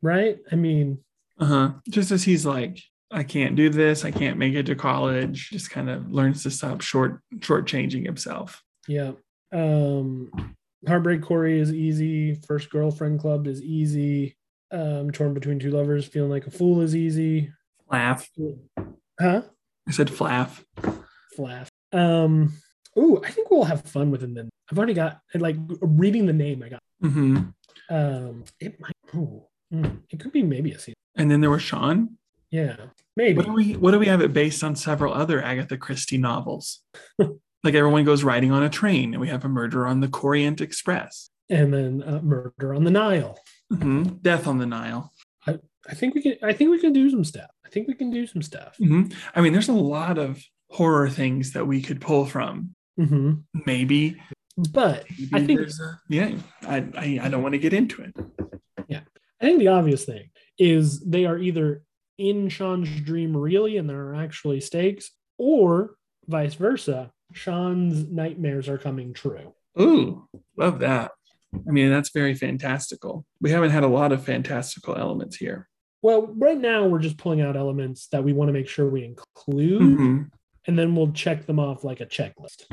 Speaker 1: Right? I mean,
Speaker 2: Uh-huh. Just as he's like, I can't do this, I can't make it to college, just kind of learns to stop short shortchanging himself.
Speaker 1: yeah. Um Heartbreak Corey is easy. First Girlfriend Club is easy. Um, torn between two lovers, feeling like a fool is easy.
Speaker 2: Flaff.
Speaker 1: Huh?
Speaker 2: I said flaff.
Speaker 1: Flaff. Um, ooh, I think we'll have fun within them. I've already got like reading the name I got.
Speaker 2: hmm
Speaker 1: Um it might ooh, mm, it could be maybe a season.
Speaker 2: And then there was Sean.
Speaker 1: Yeah. Maybe.
Speaker 2: What do we what do we have it based on several other Agatha Christie novels? like everyone goes riding on a train and we have a murder on the Corient Express.
Speaker 1: and then uh, murder on the Nile.
Speaker 2: Mhm. Death on the Nile.
Speaker 1: I think we can I think we can do some stuff. I think we can do some stuff.
Speaker 2: Mhm. I mean, there's a lot of horror things that we could pull from.
Speaker 1: hmm
Speaker 2: Maybe
Speaker 1: But I think-
Speaker 2: there's a- yeah, I, I I don't want to get into it.
Speaker 1: I think the obvious thing is they are either in Sean's dream really and there are actually stakes, or vice versa. Sean's nightmares are coming true.
Speaker 2: Ooh, love that. I mean, that's very fantastical. We haven't had a lot of fantastical elements here.
Speaker 1: Well, right now we're just pulling out elements that we want to make sure we include,
Speaker 2: Mhm.
Speaker 1: and then we'll check them off like a checklist.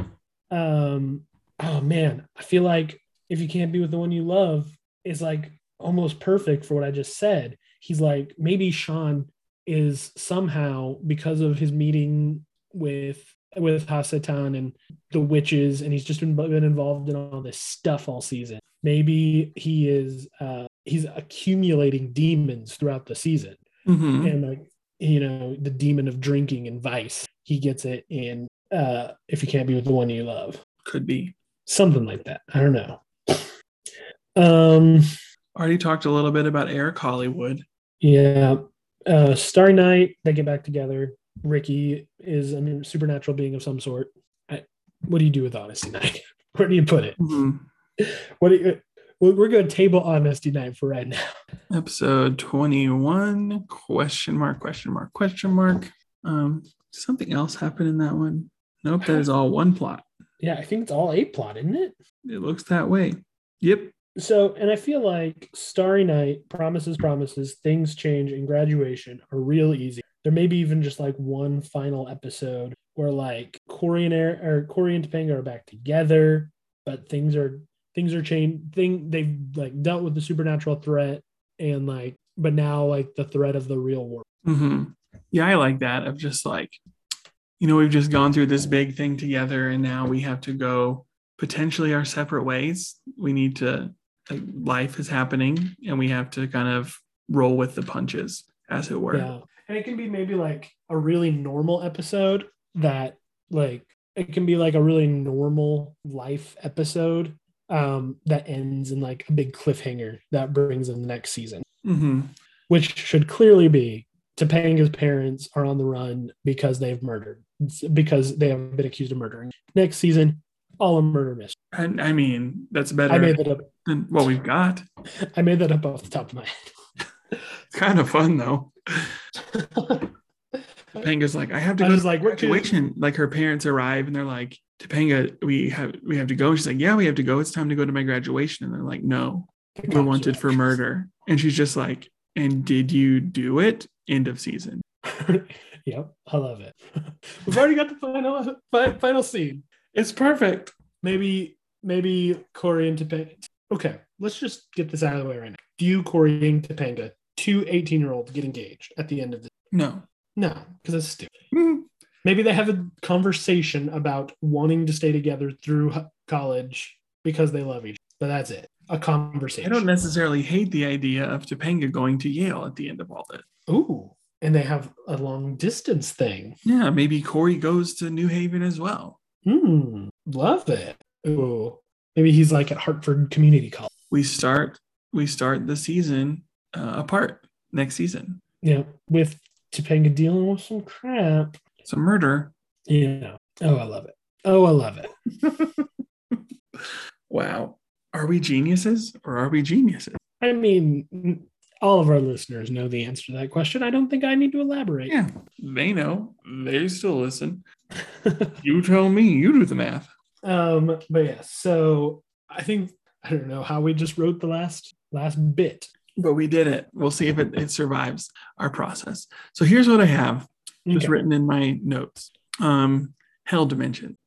Speaker 1: Um, oh man, I feel like if you can't be with the one you love is like almost perfect for what I just said. He's like maybe Sean is somehow because of his meeting with with Hasatan and the witches, and he's just been, been involved in all this stuff all season. Maybe he is uh, he's accumulating demons throughout the season
Speaker 2: Mhm.
Speaker 1: and like you know the demon of drinking and vice he gets it in uh if you can't be with the one you love
Speaker 2: Could be.
Speaker 1: something like that i don't know um
Speaker 2: Already talked a little bit about Eric Hollywood.
Speaker 1: yeah uh starry night they get back together ricky is i mean supernatural being of some sort I, what do you do with honesty night where do you put it
Speaker 2: Mhm.
Speaker 1: what do you we- we're going to table honesty night for right now
Speaker 2: Episode 21, question mark, question mark, question mark. Um, something else happened in that one. Nope, that is all one plot.
Speaker 1: yeah i think it's all eight plot isn't it
Speaker 2: It looks that way. Yep.
Speaker 1: So, and I feel like Starry Night, promises, promises, things change, and graduation are real easy. There may be even just like one final episode where like Corey and Air, or Corey and Topanga are back together, but things are things are changed. Thing they've like dealt with the supernatural threat and like, but now like the threat of the real world.
Speaker 2: hmm Yeah, I like that of just like, you know, we've just gone through this big thing together and now we have to go potentially our separate ways. We need to, like, life is happening and we have to kind of roll with the punches, as it were.
Speaker 1: Yeah. And it can be maybe like a really normal episode that like it can be like a really normal life episode um that ends in like a big cliffhanger that brings in the next season,
Speaker 2: hmm
Speaker 1: which should clearly be Topanga's parents are on the run because they've murdered because they have been accused of murdering. Next season, all a murder mystery.
Speaker 2: I, I mean, that's better
Speaker 1: I made that up.
Speaker 2: than what we've got.
Speaker 1: I made that up off the top of my head.
Speaker 2: It's kind of fun though. Topanga's like, I have to
Speaker 1: I
Speaker 2: go
Speaker 1: was
Speaker 2: to
Speaker 1: like, what could-
Speaker 2: graduation. Like her parents arrive and they're like, Topanga, we have we have to go. She's like, Yeah, we have to go. It's time to go to my graduation. And they're like, No, we're wanted for murder. And she's just like, And did you do it? End of season.
Speaker 1: yep, I love it. We've already got the final fi- final scene.
Speaker 2: It's perfect.
Speaker 1: Maybe maybe Corey and Topanga. Okay, let's just get this out of the way right now. Do you, Corey and Topanga, two 18 year olds get engaged at the end of this?
Speaker 2: No.
Speaker 1: No, because that's stupid.
Speaker 2: Mm,
Speaker 1: Maybe they have a conversation about wanting to stay together through h- college because they love each other. But that's it. A
Speaker 2: I
Speaker 1: conversation.
Speaker 2: don't necessarily hate the idea of Topanga going to Yale at the end of all this.
Speaker 1: Ooh, and they have a long distance thing.
Speaker 2: Yeah, maybe Corey goes to New Haven as well.
Speaker 1: Hmm, love it. Ooh, maybe he's like at Hartford Community College.
Speaker 2: We start we start the season uh, apart next season.
Speaker 1: Yeah, with Topanga dealing with some crap.
Speaker 2: So murder.
Speaker 1: Yeah. Oh, I love it. Oh, I love it.
Speaker 2: Wow. Are we geniuses or are we geniuses?
Speaker 1: I mean, all of our listeners know the answer to that question. I don't think I need to elaborate.
Speaker 2: Yeah, they know. They still listen. You tell me, you do the math.
Speaker 1: um, but yeah, so I think I don't know how we just wrote the last last bit.
Speaker 2: But we did it. We'll see if it, it survives our process. So here's what I have just
Speaker 1: Okay.
Speaker 2: written in my notes. Um, Hell Dimension.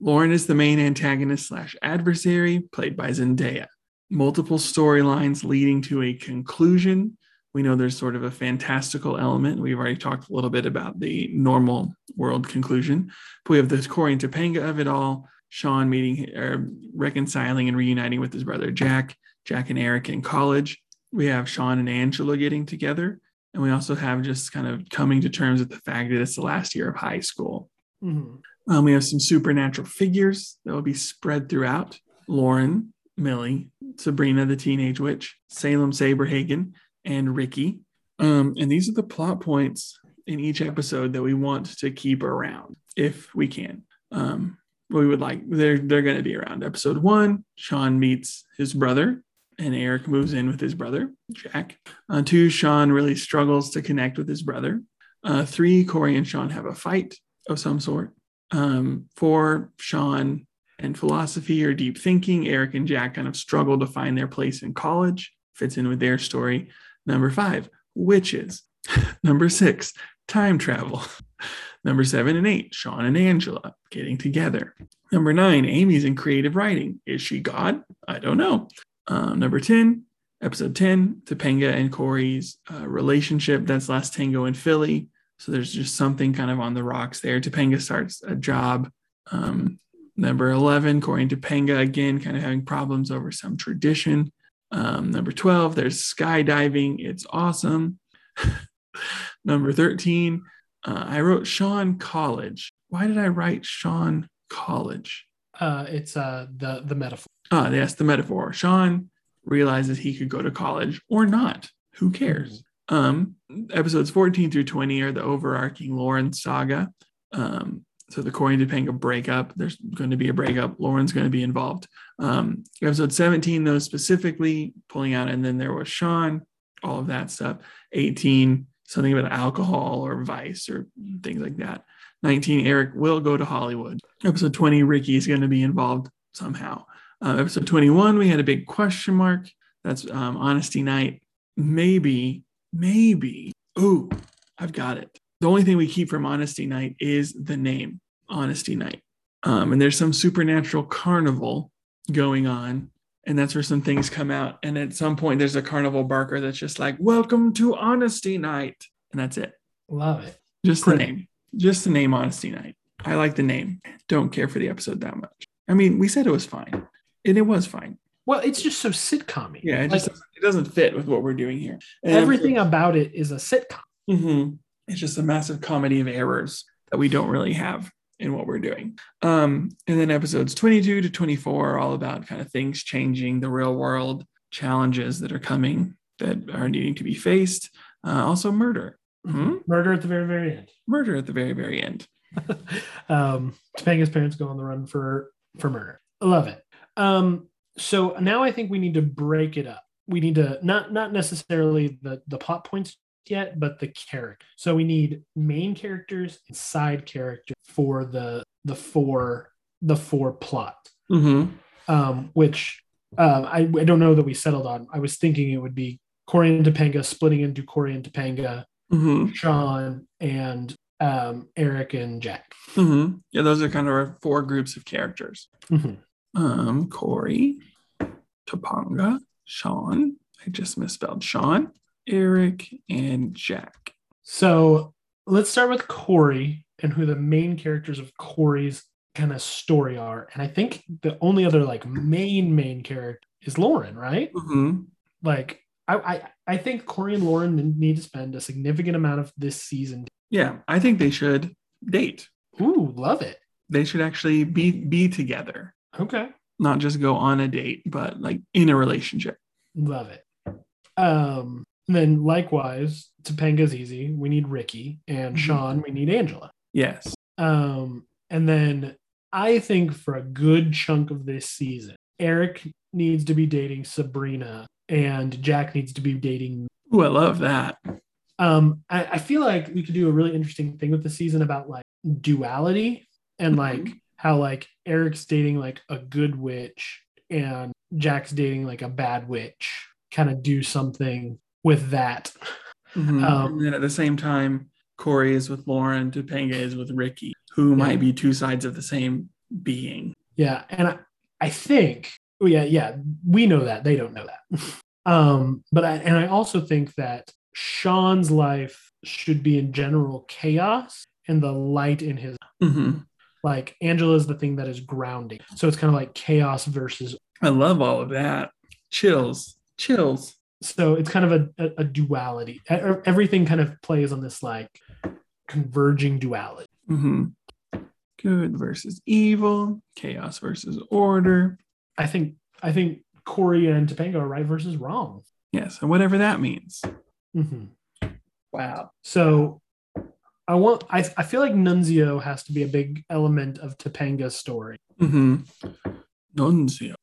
Speaker 2: Lauren is the main antagonist slash adversary, played by Zendaya. Multiple storylines leading to a conclusion. We know there's sort of a fantastical element. We've already talked a little bit about the normal world conclusion. But we have the Corey and Topanga of it all. Sean meeting or reconciling and reuniting with his brother Jack. Jack and Eric in college. We have Sean and Angela getting together. And we also have just kind of coming to terms with the fact that it's the last year of high school.
Speaker 1: Mhm.
Speaker 2: Um, we have some supernatural figures that will be spread throughout Lauren, Millie, Sabrina, the teenage witch, Salem Saberhagen, and Ricky. Um, and these are the plot points in each episode that we want to keep around if we can. Um, we would like they're they're going to be around. Episode one, Sean meets his brother, and Eric moves in with his brother Jack. Uh, two, Sean really struggles to connect with his brother. Uh, three, Corey and Sean have a fight of some sort. Um, four, Sean and philosophy or deep thinking. Eric and Jack kind of struggle to find their place in college. Fits in with their story. Number five, witches. Number six, time travel. Number seven and eight, Sean and Angela getting together. Number nine, Amy's in creative writing. Is she God? I don't know. Um, number 10, episode 10, Topanga and Corey's uh, relationship. That's Last Tango in Philly. So there's just something kind of on the rocks there. Topanga starts a job. Um, number 11, Corey and Topanga again kind of having problems over some tradition. Um, number 12, there's skydiving. It's awesome. number 13, uh, I wrote Sean College. Why did I write Sean College?
Speaker 1: Uh, it's uh, the the metaphor.
Speaker 2: Ah, yes, the metaphor. Sean realizes he could go to college or not. Who cares? Um, episodes 14 through 20 are the overarching Lauren saga. Um, so the Corey and Topanga breakup. There's going to be a breakup. Lauren's going to be involved. Um, episode 17, though, specifically pulling out, and then there was Sean, all of that stuff. 18, something about alcohol or vice or things like that. 19, Eric will go to Hollywood. Episode 20, Ricky is going to be involved somehow. Uh, episode 21, we had a big question mark. That's um, Honesty Night. Maybe, maybe. Ooh, I've got it. The only thing we keep from Honesty Night is the name, Honesty Night. Um, and there's some supernatural carnival going on and that's where some things come out. And at some point, there's a carnival barker that's just like, "Welcome to Honesty Night," and that's it.
Speaker 1: Love it.
Speaker 2: Just the
Speaker 1: Pretty.
Speaker 2: name, just the name Honesty Night. I like the name. Don't care for the episode that much. I mean, we said it was fine, and it was fine.
Speaker 1: Well, it's just so sitcom-y.
Speaker 2: Yeah, it
Speaker 1: Like,
Speaker 2: just doesn't, it doesn't fit with what we're doing here. And
Speaker 1: everything about it is a sitcom.
Speaker 2: Mhm. It's just a massive comedy of errors that we don't really have in what we're doing. Um, and then episodes 22 to 24 are all about kind of things changing, the real world challenges that are coming that are needing to be faced. Uh, also, murder. Hmm?
Speaker 1: Murder at the very, very end.
Speaker 2: Murder at the very, very end.
Speaker 1: um, Topanga's parents go on the run for for murder. I love it. Um, so now I think we need to break it up. We need to not not necessarily the the plot points yet, but the character. So we need main characters and side characters for the the four the four plot.
Speaker 2: Mm-hmm.
Speaker 1: Um, which um, I, I don't know that we settled on. I was thinking it would be Corey and Topanga splitting into Corey and Topanga,
Speaker 2: Mm-hmm.
Speaker 1: Sean and um, Eric and Jack.
Speaker 2: Mm-hmm. Yeah, those are kind of our four groups of characters.
Speaker 1: Mhm.
Speaker 2: Um, Corey, Topanga, Sean. I just misspelled Sean, Eric, and Jack.
Speaker 1: So let's start with Corey and who the main characters of Corey's kind of story are. And I think the only other like main main character is Lauren, right?
Speaker 2: Mm-hmm.
Speaker 1: Like I I, I think Corey and Lauren need to spend a significant amount of this season.
Speaker 2: Yeah, I think they should date.
Speaker 1: Ooh, love it.
Speaker 2: They should actually be be together,
Speaker 1: Okay.
Speaker 2: not just go on a date, but like in a relationship.
Speaker 1: Love it. Um and then likewise, Topanga's easy. We need Ricky and
Speaker 2: Mhm.
Speaker 1: Sean, we need Angela.
Speaker 2: Yes.
Speaker 1: Um, and then I think for a good chunk of this season, Eric needs to be dating Sabrina and Jack needs to be dating.
Speaker 2: Ooh, I love that.
Speaker 1: Um, I, I feel like we could do a really interesting thing with the season about like duality and like how like Eric's dating like a good witch and Jack's dating like a bad witch, kind of do something with that.
Speaker 2: Mhm.
Speaker 1: Um,
Speaker 2: and then at the same time, Corey is with Lauren, Topanga is with Ricky, who
Speaker 1: Yeah.
Speaker 2: might be two sides of the same being.
Speaker 1: Yeah, and I, I think oh, yeah, yeah, we know that they don't know that. um, but I, and I also think that Sean's life should be in general chaos, and the light in his
Speaker 2: Mm-hmm.
Speaker 1: like Angela is the thing that is grounding. So it's kind of like chaos versus.
Speaker 2: I love all of that. Chills, chills.
Speaker 1: So it's kind of a a, a duality. E- Everything kind of plays on this like converging duality.
Speaker 2: hmm Good versus evil, chaos versus order.
Speaker 1: I think I think Corey and Topanga are right versus wrong. Mm-hmm.
Speaker 2: Yes, and whatever that means.
Speaker 1: hmm
Speaker 2: Wow.
Speaker 1: So I want. I, I feel like Nunzio has to be a big element of Topanga's story.
Speaker 2: Mm-hmm. Nunzio.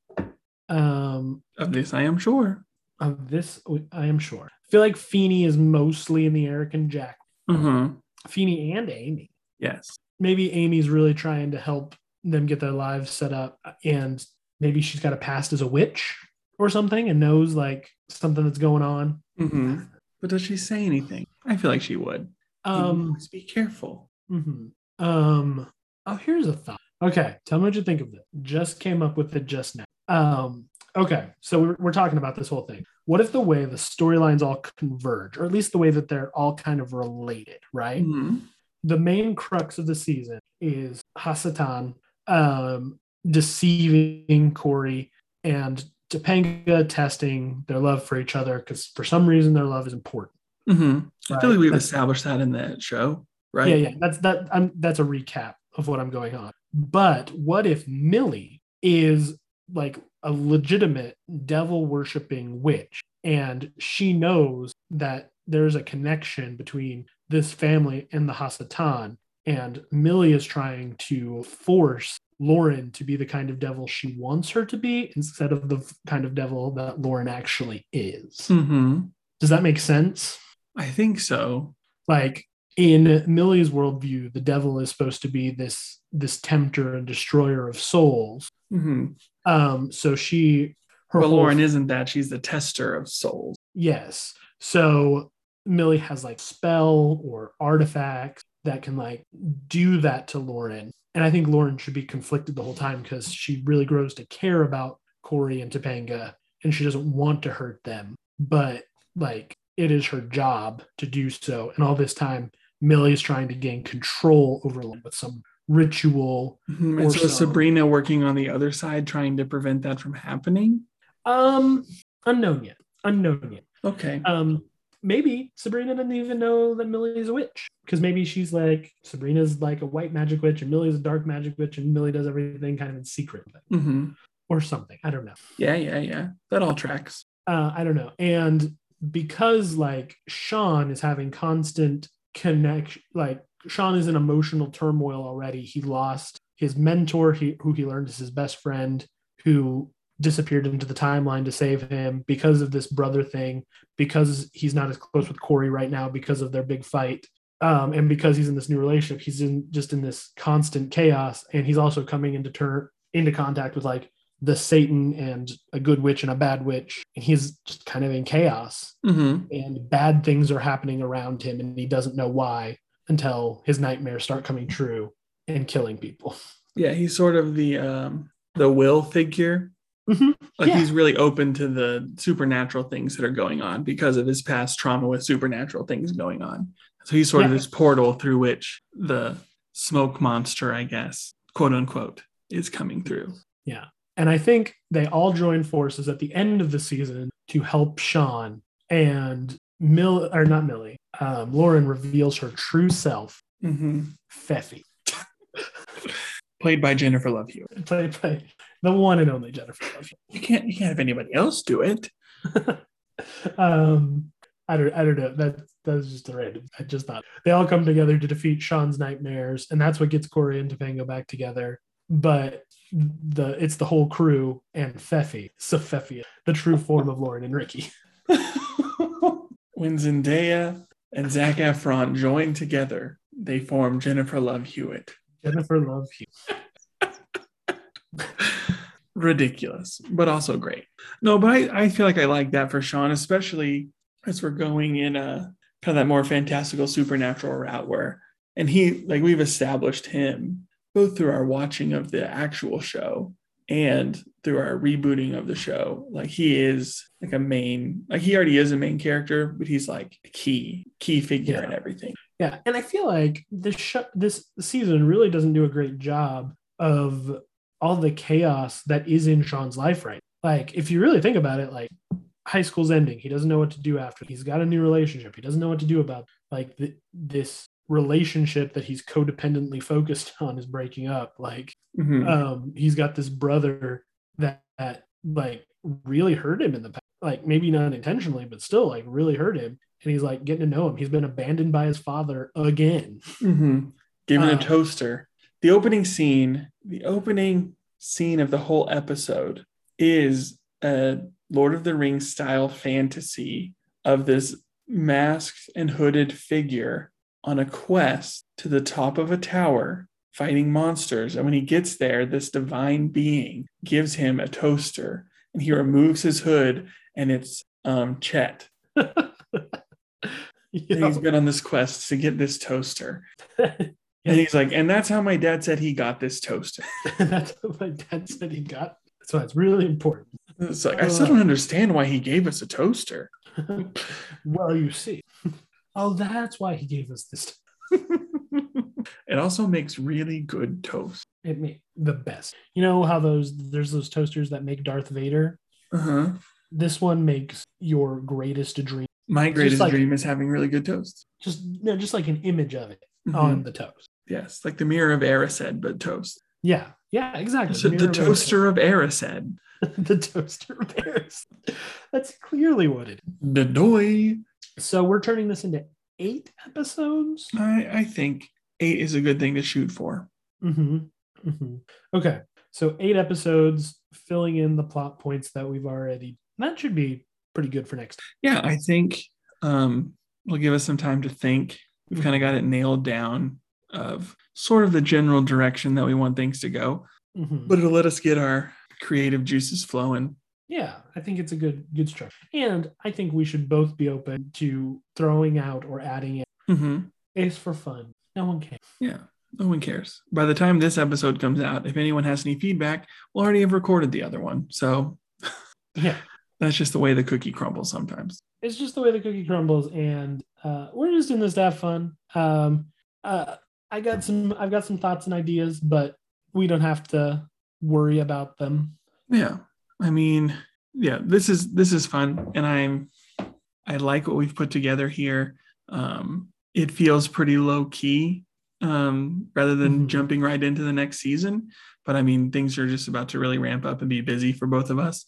Speaker 1: Um,
Speaker 2: Of this, I am sure.
Speaker 1: of this, I am sure. I feel like Feeney is mostly in the Eric and Jack.
Speaker 2: Mm-hmm.
Speaker 1: Feeney and Amy.
Speaker 2: Yes.
Speaker 1: Maybe Amy's really trying to help them get their lives set up, and maybe she's got a past as a witch or something, and knows like something that's going on.
Speaker 2: Mm-hmm. But does she say anything? I feel like she would.
Speaker 1: Um,
Speaker 2: Please be careful.
Speaker 1: mhm. um. Oh, here's a thought. Okay, tell me what you think of this. Just came up with it just now. Um. Okay, so we're, we're talking about this whole thing. What if the way the storylines all converge, or at least the way that they're all kind of related, right?
Speaker 2: Mhm.
Speaker 1: the main crux of the season is Hasatan um, deceiving Corey and Topanga testing their love for each other because for some reason their love is important.
Speaker 2: Mhm. I feel
Speaker 1: Right.
Speaker 2: like we've
Speaker 1: That's-
Speaker 2: established that in that show, right?
Speaker 1: Yeah, yeah. That's that. I'm, that's a recap of what I'm going on. But what if Millie is like a legitimate devil worshipping witch, and she knows that there's a connection between this family and the Hasatan, and Millie is trying to force Lauren to be the kind of devil she wants her to be instead of the kind of devil that Lauren actually is.
Speaker 2: Mm-hmm.
Speaker 1: Does that make sense?
Speaker 2: I think so.
Speaker 1: like in Millie's worldview, the devil is supposed to be this this tempter and destroyer of souls.
Speaker 2: Mm-hmm.
Speaker 1: Um, so she, her
Speaker 2: But
Speaker 1: whole-
Speaker 2: Lauren isn't that. She's the tester of souls.
Speaker 1: yes. So Millie has like spell or artifacts that can like do that to Lauren, and I think Lauren should be conflicted the whole time because she really grows to care about Corey and Topanga, and she doesn't want to hurt them, but like it is her job to do so. And all this time, Millie is trying to gain control over Lauren with some ritual.
Speaker 2: Mhm. And
Speaker 1: Or
Speaker 2: so,
Speaker 1: so.
Speaker 2: Sabrina working on the other side, trying to prevent that from happening.
Speaker 1: Um, unknown yet. Unknown yet.
Speaker 2: Okay.
Speaker 1: Um, maybe Sabrina didn't even know that Millie is a witch because maybe she's like Sabrina's like a white magic witch and Millie's a dark magic witch and Millie does everything kind of in secret
Speaker 2: Mm-hmm.
Speaker 1: or something. I don't know.
Speaker 2: Yeah, yeah, yeah. That all tracks.
Speaker 1: uh, I don't know. And because like Sean is having constant connection, like Sean is in emotional turmoil already. He lost his mentor, he, who he learned is his best friend, who disappeared into the timeline to save him because of this brother thing, because he's not as close with Corey right now because of their big fight. Um, and because he's in this new relationship, he's in just in this constant chaos, and he's also coming into turn into contact with like the Satan and a good witch and a bad witch. And he's just kind of in chaos
Speaker 2: Mm-hmm.
Speaker 1: and bad things are happening around him and he doesn't know why until his nightmares start coming true and killing people.
Speaker 2: Yeah, he's sort of the um the will figure.
Speaker 1: Mhm.
Speaker 2: Like
Speaker 1: Yeah.
Speaker 2: he's really open to the supernatural things that are going on because of his past trauma with supernatural things going on. So he's sort of
Speaker 1: Yeah.
Speaker 2: this portal through which the smoke monster, I guess, quote unquote, is coming through.
Speaker 1: And I think they all join forces at the end of the season to help Sean and Mill or not Millie. Um, Lauren reveals her true self,
Speaker 2: Mm-hmm.
Speaker 1: Feffy,
Speaker 2: Played by Jennifer Love Hewitt.
Speaker 1: played by the one and only Jennifer. Love
Speaker 2: You can't you can't have anybody else do it.
Speaker 1: um I don't, I don't know. That that's just a random. I just thought they all come together to defeat Sean's nightmares, and that's what gets Corey and Topango back together. But the it's the whole crew and Feffy, so Feffy, the true form of Lauren and Ricky.
Speaker 2: when Zendaya and Zach Efron join together, they form Jennifer Love Hewitt.
Speaker 1: Jennifer Love Hughes.
Speaker 2: ridiculous, but also great. No, but I, I feel like I like that for Sean, especially as we're going in a kind of that more fantastical supernatural route where, and he, like, we've established him both through our watching of the actual show and through our rebooting of the show. Like, he is like a main, like, he already is a main character, but he's like a key, key figure
Speaker 1: Yeah.
Speaker 2: in everything.
Speaker 1: Yeah, and I feel like this sh- this season really doesn't do a great job of all the chaos that is in Sean's life right. Like if you really think about it, like high school's ending, he doesn't know what to do after. He's got a new relationship. He doesn't know what to do about. Like th- this relationship that he's codependently focused on is breaking up. Like
Speaker 2: Mhm.
Speaker 1: um he's got this brother that, that like really hurt him in the past like maybe not intentionally but still like really hurt him and he's like getting to know him. He's been abandoned by his father again.
Speaker 2: Mm-hmm. Given
Speaker 1: Uh,
Speaker 2: a toaster. The opening scene, the opening scene of the whole episode is a Lord of the Rings style fantasy of this masked and hooded figure on a quest to the top of a tower fighting monsters. And when he gets there, this divine being gives him a toaster and he removes his hood and it's um, Chet. And he's been on this quest to get this toaster. And he's like, and that's how my dad said he got this toaster.
Speaker 1: that's what my dad said he got. So it's really important.
Speaker 2: It's like, I still don't understand why he gave us a toaster.
Speaker 1: well, you see. Oh, that's why he gave us this.
Speaker 2: It also makes really good toast.
Speaker 1: It made the best. You know how those there's those toasters that make Darth Vader.
Speaker 2: Uh-huh.
Speaker 1: This one makes your greatest dream.
Speaker 2: My greatest
Speaker 1: like-
Speaker 2: dream is having really good toast.
Speaker 1: Just no, just like an image of it
Speaker 2: Mhm.
Speaker 1: on the toast.
Speaker 2: Yes, like the mirror of Erised, but toast.
Speaker 1: Yeah, yeah, exactly.
Speaker 2: So the
Speaker 1: Mirror of Erised.
Speaker 2: toaster of Erised.
Speaker 1: the toaster repairs. That's clearly what it
Speaker 2: The doy.
Speaker 1: is. So we're turning this into eight episodes.
Speaker 2: I, I think eight is a good thing to shoot for.
Speaker 1: hmm hmm Okay, so eight episodes filling in the plot points that we've already. That should be pretty good for next.
Speaker 2: Yeah, I think um, it'll give us some time to think. We've kind of got it nailed down of sort of the general direction that we want things to go,
Speaker 1: Mhm.
Speaker 2: but it'll let us get our creative juices flowing.
Speaker 1: Yeah, I think it's a good good structure, and I think we should both be open to throwing out or adding in.
Speaker 2: hmm
Speaker 1: It's for fun. No one can.
Speaker 2: Yeah, no one cares. By the time this episode comes out, if anyone has any feedback, we'll already have recorded the other one. So
Speaker 1: Yeah,
Speaker 2: that's just the way the cookie crumbles sometimes.
Speaker 1: it's just the way the cookie crumbles and uh, we're just in this to have fun um, uh, i got some i've got some thoughts and ideas but we don't have to worry about them
Speaker 2: Yeah, I mean, yeah, this is this is fun, and I'm I like what we've put together here. Um, it feels pretty low key um, rather than
Speaker 1: Mhm.
Speaker 2: jumping right into the next season. But I mean, things are just about to really ramp up and be busy for both of us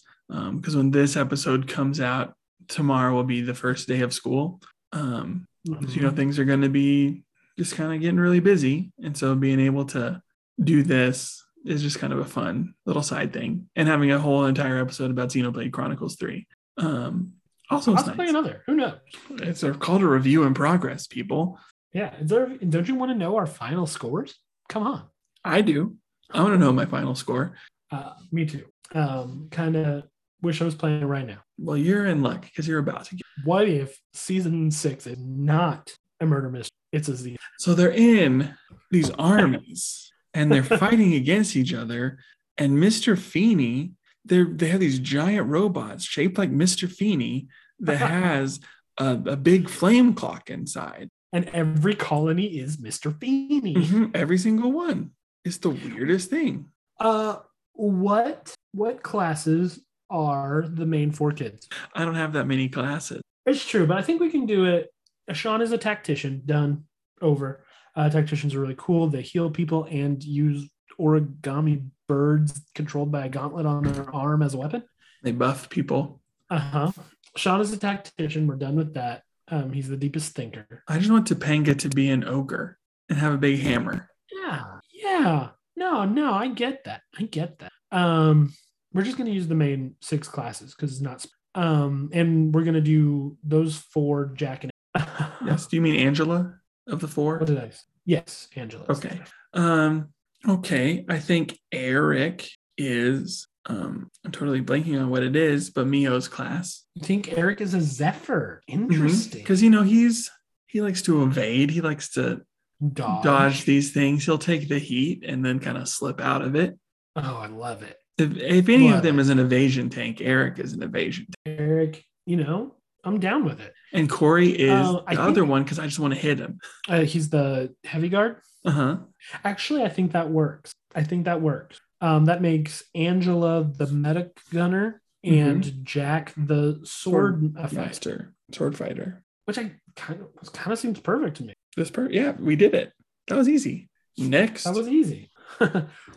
Speaker 2: because when this episode comes out tomorrow will be the first day of school. Um, so, you know things are going to be just kind of getting really busy and so being able to do this is just kind of a fun little side thing and having a whole entire episode about xenoblade chronicles 3 um also it's,
Speaker 1: possibly
Speaker 2: nice.
Speaker 1: another who knows
Speaker 2: it's a call to review in progress people
Speaker 1: yeah is there, don't you want to know our final scores come on
Speaker 2: i do i want to know my final score
Speaker 1: uh, me too um, kind of wish i was playing it right now
Speaker 2: well you're in luck because you're about to get
Speaker 1: what if season six is not a murder mystery it's a z
Speaker 2: so they're in these armies and they're fighting against each other and mr feeney they're they have these giant robots shaped like mr feeney that has a, a big flame clock inside
Speaker 1: and every colony is mr feeney
Speaker 2: Mhm, every single one it's the weirdest thing
Speaker 1: Uh, what what classes are the main four kids?
Speaker 2: i don't have that many classes
Speaker 1: It's true, but I think we can do it. Sean is a tactician. Done. Over. Uh, tacticians are really cool. They heal people and use origami birds controlled by a gauntlet on their arm as a weapon.
Speaker 2: they buff people
Speaker 1: Uh huh. Sean is a tactician. We're done with that. Um, he's the deepest thinker.
Speaker 2: i just want topanga to be an ogre and have a big hammer
Speaker 1: Yeah. Yeah. No, no, I get that. I get that. Um, we're just gonna use the main six classes because it's not. sp- Um, and we're gonna do those four Jack and.
Speaker 2: yes do you mean angela of the four
Speaker 1: What did I? s- Yes, Angela.
Speaker 2: Okay. Um, okay. I think Eric is um I'm totally blanking on what it is, but Mio's class.
Speaker 1: You think Eric is a Zephyr?
Speaker 2: Mm-hmm.
Speaker 1: Interesting.
Speaker 2: Because you know, he's he likes to evade, he likes to
Speaker 1: dodge.
Speaker 2: dodge these things. He'll take the heat and then kind of slip out of it.
Speaker 1: Oh, I love it.
Speaker 2: If, if any
Speaker 1: Love
Speaker 2: of them
Speaker 1: it.
Speaker 2: is an evasion tank, Eric is an evasion tank.
Speaker 1: Eric, you know, I'm down with it.
Speaker 2: And Corey is
Speaker 1: Oh, I
Speaker 2: the other
Speaker 1: think-
Speaker 2: one because I just want to hit him.
Speaker 1: Uh, he's the heavy guard.
Speaker 2: Uh-huh.
Speaker 1: Actually, I think that works. I think that works. Um, that makes Angela the medic gunner
Speaker 2: Mm-hmm.
Speaker 1: and Jack the sword uh, fighter,
Speaker 2: Master. Sword fighter.
Speaker 1: which I kind of kind of seems perfect to me.
Speaker 2: This part, yeah, we did it. That was easy. Next.
Speaker 1: That was easy.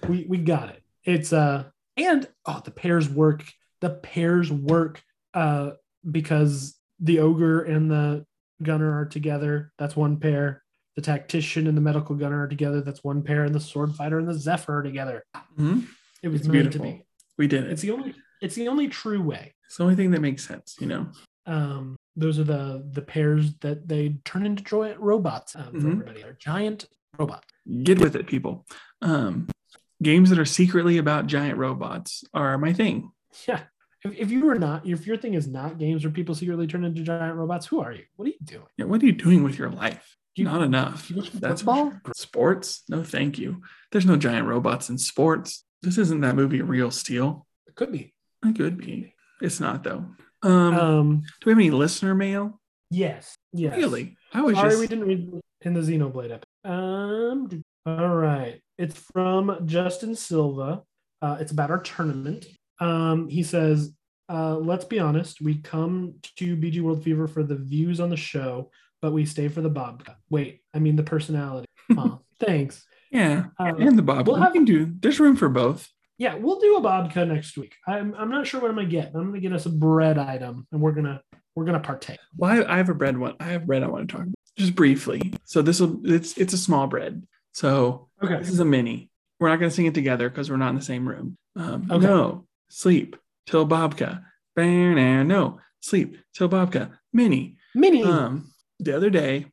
Speaker 1: we we got it. It's uh and oh the pairs work. The pairs work uh because the ogre and the gunner are together. That's one pair. The tactician and the medical gunner are together. That's one pair. And the sword fighter and the zephyr are together.
Speaker 2: Mhm.
Speaker 1: It was
Speaker 2: It's
Speaker 1: meant
Speaker 2: beautiful.
Speaker 1: to be.
Speaker 2: We did it.
Speaker 1: It's the only. It's the only true way.
Speaker 2: It's the only thing that makes sense, you know.
Speaker 1: Um, those are the the pairs that they turn into giant robots um, for
Speaker 2: Mhm.
Speaker 1: everybody. They're giant robots.
Speaker 2: Get with it, people. Um, games that are secretly about giant robots are my thing.
Speaker 1: Yeah. If, if you were not, if your thing is not games where people secretly turn into giant robots, who are you? What are you doing?
Speaker 2: Yeah, what are you doing with your life?
Speaker 1: Do you-
Speaker 2: Not enough.
Speaker 1: do you watch
Speaker 2: That's
Speaker 1: football?
Speaker 2: all. Sports? No, thank you. There's no giant robots in sports. This isn't that movie Real Steel.
Speaker 1: It could be.
Speaker 2: It could be. It's not though. Um,
Speaker 1: Um.
Speaker 2: do we have any listener mail?
Speaker 1: Yes. Yes.
Speaker 2: Really? I was
Speaker 1: Sorry,
Speaker 2: just
Speaker 1: we didn't read in the Xenoblade episode. Um, do- all right. It's from Justin Silva. Uh, it's about our tournament. Um, he says, uh, "Let's be honest. We come to BG World Fever for the views on the show, but we stay for the Bob. Wait, I mean the personality. Huh. Thanks.
Speaker 2: yeah,
Speaker 1: Um,
Speaker 2: and the Bob.
Speaker 1: we'll
Speaker 2: we
Speaker 1: have-
Speaker 2: can do. There's room for both.
Speaker 1: Yeah, we'll do a Bobka next week. I'm, I'm not sure what I'm gonna get. I'm gonna get us a bread item, and we're gonna we're gonna partake.
Speaker 2: Well, I, I have a bread one. I have bread I want to talk about just briefly. So this will it's it's a small bread. So
Speaker 1: Okay.
Speaker 2: this is a mini. We're not going to sing it together because we're not in the same room. Um,
Speaker 1: Okay.
Speaker 2: No sleep till Bobka. Bam, no sleep till Bobka. Mini.
Speaker 1: Mini.
Speaker 2: Um, the other day,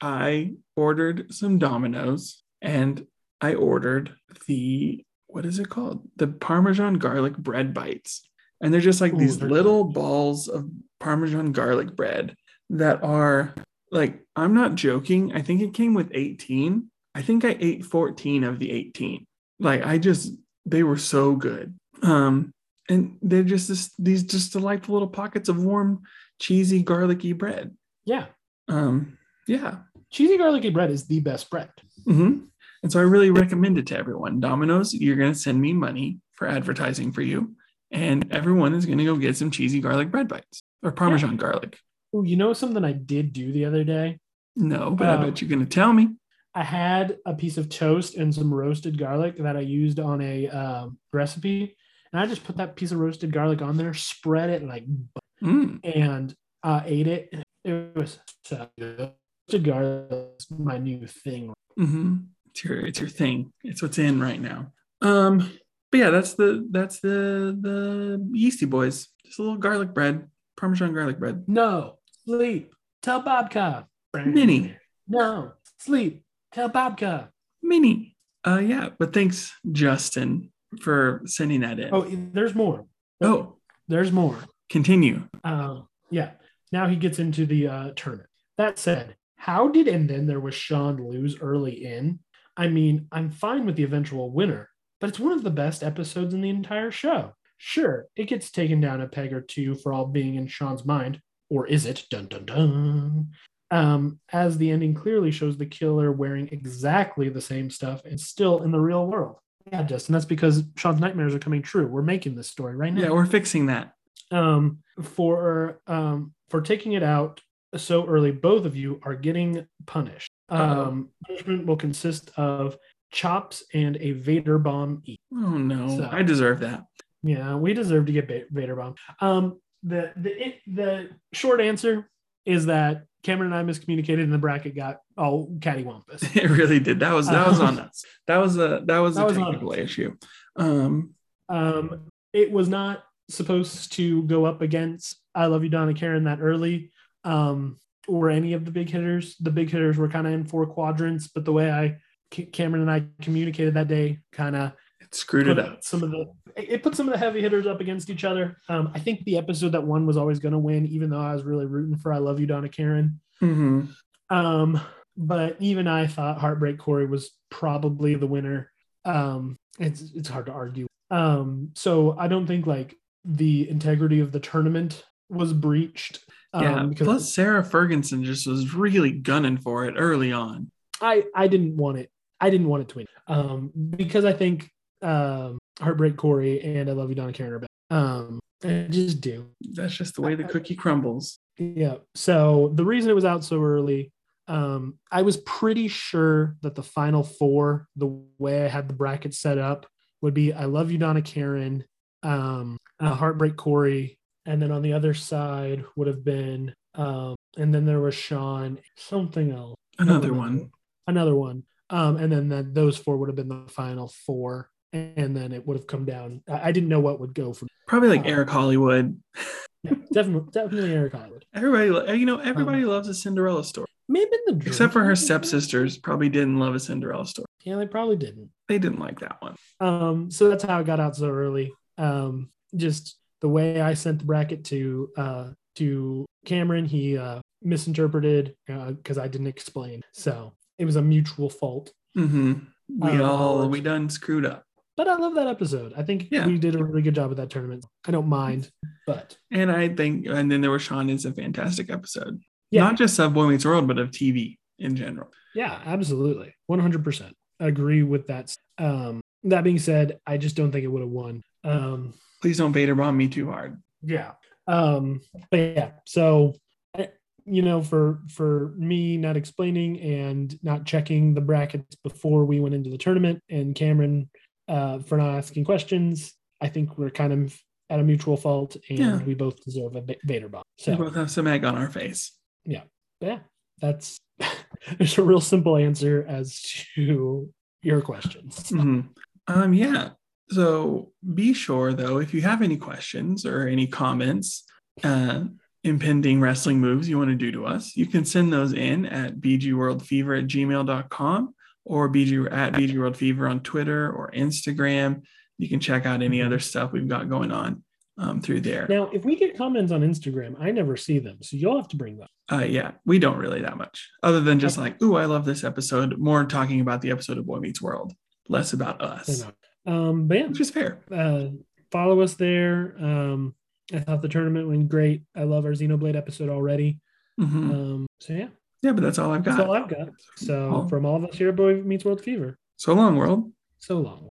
Speaker 2: I ordered some Dominoes and I ordered the what is it called? The Parmesan garlic bread bites. And they're just like
Speaker 1: Ooh,
Speaker 2: these
Speaker 1: they're
Speaker 2: little balls of Parmesan garlic bread that are like, I'm not joking. I think it came with 18. I think I ate 14 of the 18. Like, I just, they were so good. Um, and they're just this, these just delightful little pockets of warm, cheesy, garlicky bread
Speaker 1: yeah,
Speaker 2: um yeah
Speaker 1: cheesy garlicky bread is the best bread.
Speaker 2: hmm and so i really recommend it to everyone domino's you're going to send me money for advertising for you and everyone is going to go get some cheesy garlic bread bites or parmesan garlic
Speaker 1: Ooh, you know something I did do the other day?
Speaker 2: no but i
Speaker 1: Wow.
Speaker 2: bet you're going to tell me
Speaker 1: I had a piece of toast and some roasted garlic that I used on a um, recipe, and I just put that piece of roasted garlic on there, spread it like, bu-
Speaker 2: Mm.
Speaker 1: and uh, ate it. It was so good. Roasted garlic is my new thing.
Speaker 2: hmm It's your it's your thing. It's what's in right now. Um, but yeah, that's the that's the the yeasty boys. Just a little garlic bread, parmesan garlic bread.
Speaker 1: No sleep. Tell Bobka.
Speaker 2: Mini.
Speaker 1: No sleep. Tell Bobka.
Speaker 2: Mini. Uh yeah, but thanks, Justin, for sending that in.
Speaker 1: Oh, there's more.
Speaker 2: oh
Speaker 1: There's more.
Speaker 2: continue.
Speaker 1: Um, yeah. Now he gets into the uh, tournament. That said, how did and then there was Sean lose early in? I mean, I'm fine with the eventual winner, but it's one of the best episodes in the entire show. Sure, it gets taken down a peg or two for all being in Sean's mind, or is it? Dun dun dun. Um, as the ending clearly shows the killer wearing exactly the same stuff and still in the real world. Yeah, Justin, that's because Sean's nightmares are coming true. We're making this story right now
Speaker 2: Yeah, we're fixing that.
Speaker 1: um, for um, for taking it out so early. Both of you are getting punished. Um, punishment will consist of chops and a Vader bomb each.
Speaker 2: Oh no,
Speaker 1: So-
Speaker 2: I deserve that.
Speaker 1: Yeah, we deserve to get ba- Vader bomb. Um, the the it, the short answer is that Cameron and I miscommunicated, and the bracket got all cattywampus.
Speaker 2: It really did. That was that was on us. That was a that was
Speaker 1: Uh-huh. That was
Speaker 2: a
Speaker 1: on
Speaker 2: technical
Speaker 1: us.
Speaker 2: issue. Um,
Speaker 1: Um, it was not supposed to go up against I Love You, Donna Karen that early um, or any of the big hitters. The big hitters were kind of in four quadrants, but the way I, C- Cameron and I communicated that day kind of
Speaker 2: it screwed it up.
Speaker 1: put some of the, it it put some of the heavy hitters up against each other. Um, I think the episode that won was always going to win, even though I was really rooting for I Love You, Donna Karen.
Speaker 2: hmm
Speaker 1: Um, but even I thought Heartbreak Corey was probably the winner. Um, it's it's hard to argue. Um, so I don't think like the integrity of the tournament was breached. Um,
Speaker 2: Yeah.
Speaker 1: because
Speaker 2: Plus, Sarah Ferguson just was really gunning for it early on.
Speaker 1: I I didn't want it. I didn't want it to win. Um, because I think um Heartbreak Corey and I Love You Donna Karen are better. Um, I just do.
Speaker 2: That's just the way the cookie crumbles.
Speaker 1: Yeah. So the reason it was out so early, um, I was pretty sure that the final four, the way I had the bracket set up, would be I Love You, Donna Karen, um, uh, Heartbreak Corey. And then on the other side would have been um, and then there was Sean something else.
Speaker 2: Another one.
Speaker 1: Another one. Um, and then that those four would have been the final four, and then it would have come down. I, I didn't know what would go from.
Speaker 2: Probably like
Speaker 1: Um,
Speaker 2: Eric Hollywood.
Speaker 1: Yeah, definitely, definitely Eric Hollywood.
Speaker 2: Everybody, lo- you know, everybody
Speaker 1: Uh-huh.
Speaker 2: loves a Cinderella story,
Speaker 1: Maybe the Dream-
Speaker 2: except for her stepsisters. Probably didn't love a Cinderella story.
Speaker 1: Yeah, they probably didn't.
Speaker 2: They didn't like that one.
Speaker 1: Um, so that's how I got out so early. Um, just the way I sent the bracket to uh, to Cameron, he uh, misinterpreted because I didn't explain. So it was a mutual fault.
Speaker 2: hmm We
Speaker 1: Oh,
Speaker 2: all
Speaker 1: Lord.
Speaker 2: we done screwed up,
Speaker 1: But I love that episode. I think
Speaker 2: Yeah.
Speaker 1: we did a really good job at that tournament. I don't mind, but
Speaker 2: and I think, and then there was Sean is a fantastic episode,
Speaker 1: Yeah.
Speaker 2: not just of Boy Meets World, but of TV in general.
Speaker 1: yeah, absolutely, one hundred percent agree with that. Um, that being said, I just don't think it would have won. Um,
Speaker 2: Please don't Vader bomb me too hard.
Speaker 1: yeah um but yeah so I- you know for for me not explaining and not checking the brackets before we went into the tournament and cameron uh for not asking questions i think we're kind of at a mutual fault and
Speaker 2: Yeah.
Speaker 1: we both deserve a Va- vader bomb
Speaker 2: We
Speaker 1: so
Speaker 2: both have some egg on our face.
Speaker 1: yeah that's there's a real simple answer as to your questions
Speaker 2: Mhm. Um, yeah. So be sure though, if you have any questions or any comments, uh, impending wrestling moves you want to do to us, you can send those in at bgworldfever at gmail.com or bg at bgworldfever on Twitter or Instagram. You can check out any other stuff we've got going on um, through there.
Speaker 1: now if we get comments on instagram i never see them so you'll have to bring them
Speaker 2: Uh, yeah, we don't really that much other than just like, ooh, I love this episode. More talking about the episode of Boy Meets World, less about us,
Speaker 1: um but yeah
Speaker 2: which is fair.
Speaker 1: uh, follow us there. Um, I thought the tournament went great. I love our Xenoblade episode already.
Speaker 2: Mhm.
Speaker 1: Um, so yeah,
Speaker 2: Yeah, but that's all I've
Speaker 1: that's
Speaker 2: got.
Speaker 1: all I've got. So
Speaker 2: Well-
Speaker 1: from all of us here at Boy Meets World Fever,
Speaker 2: So long, world.
Speaker 1: so long.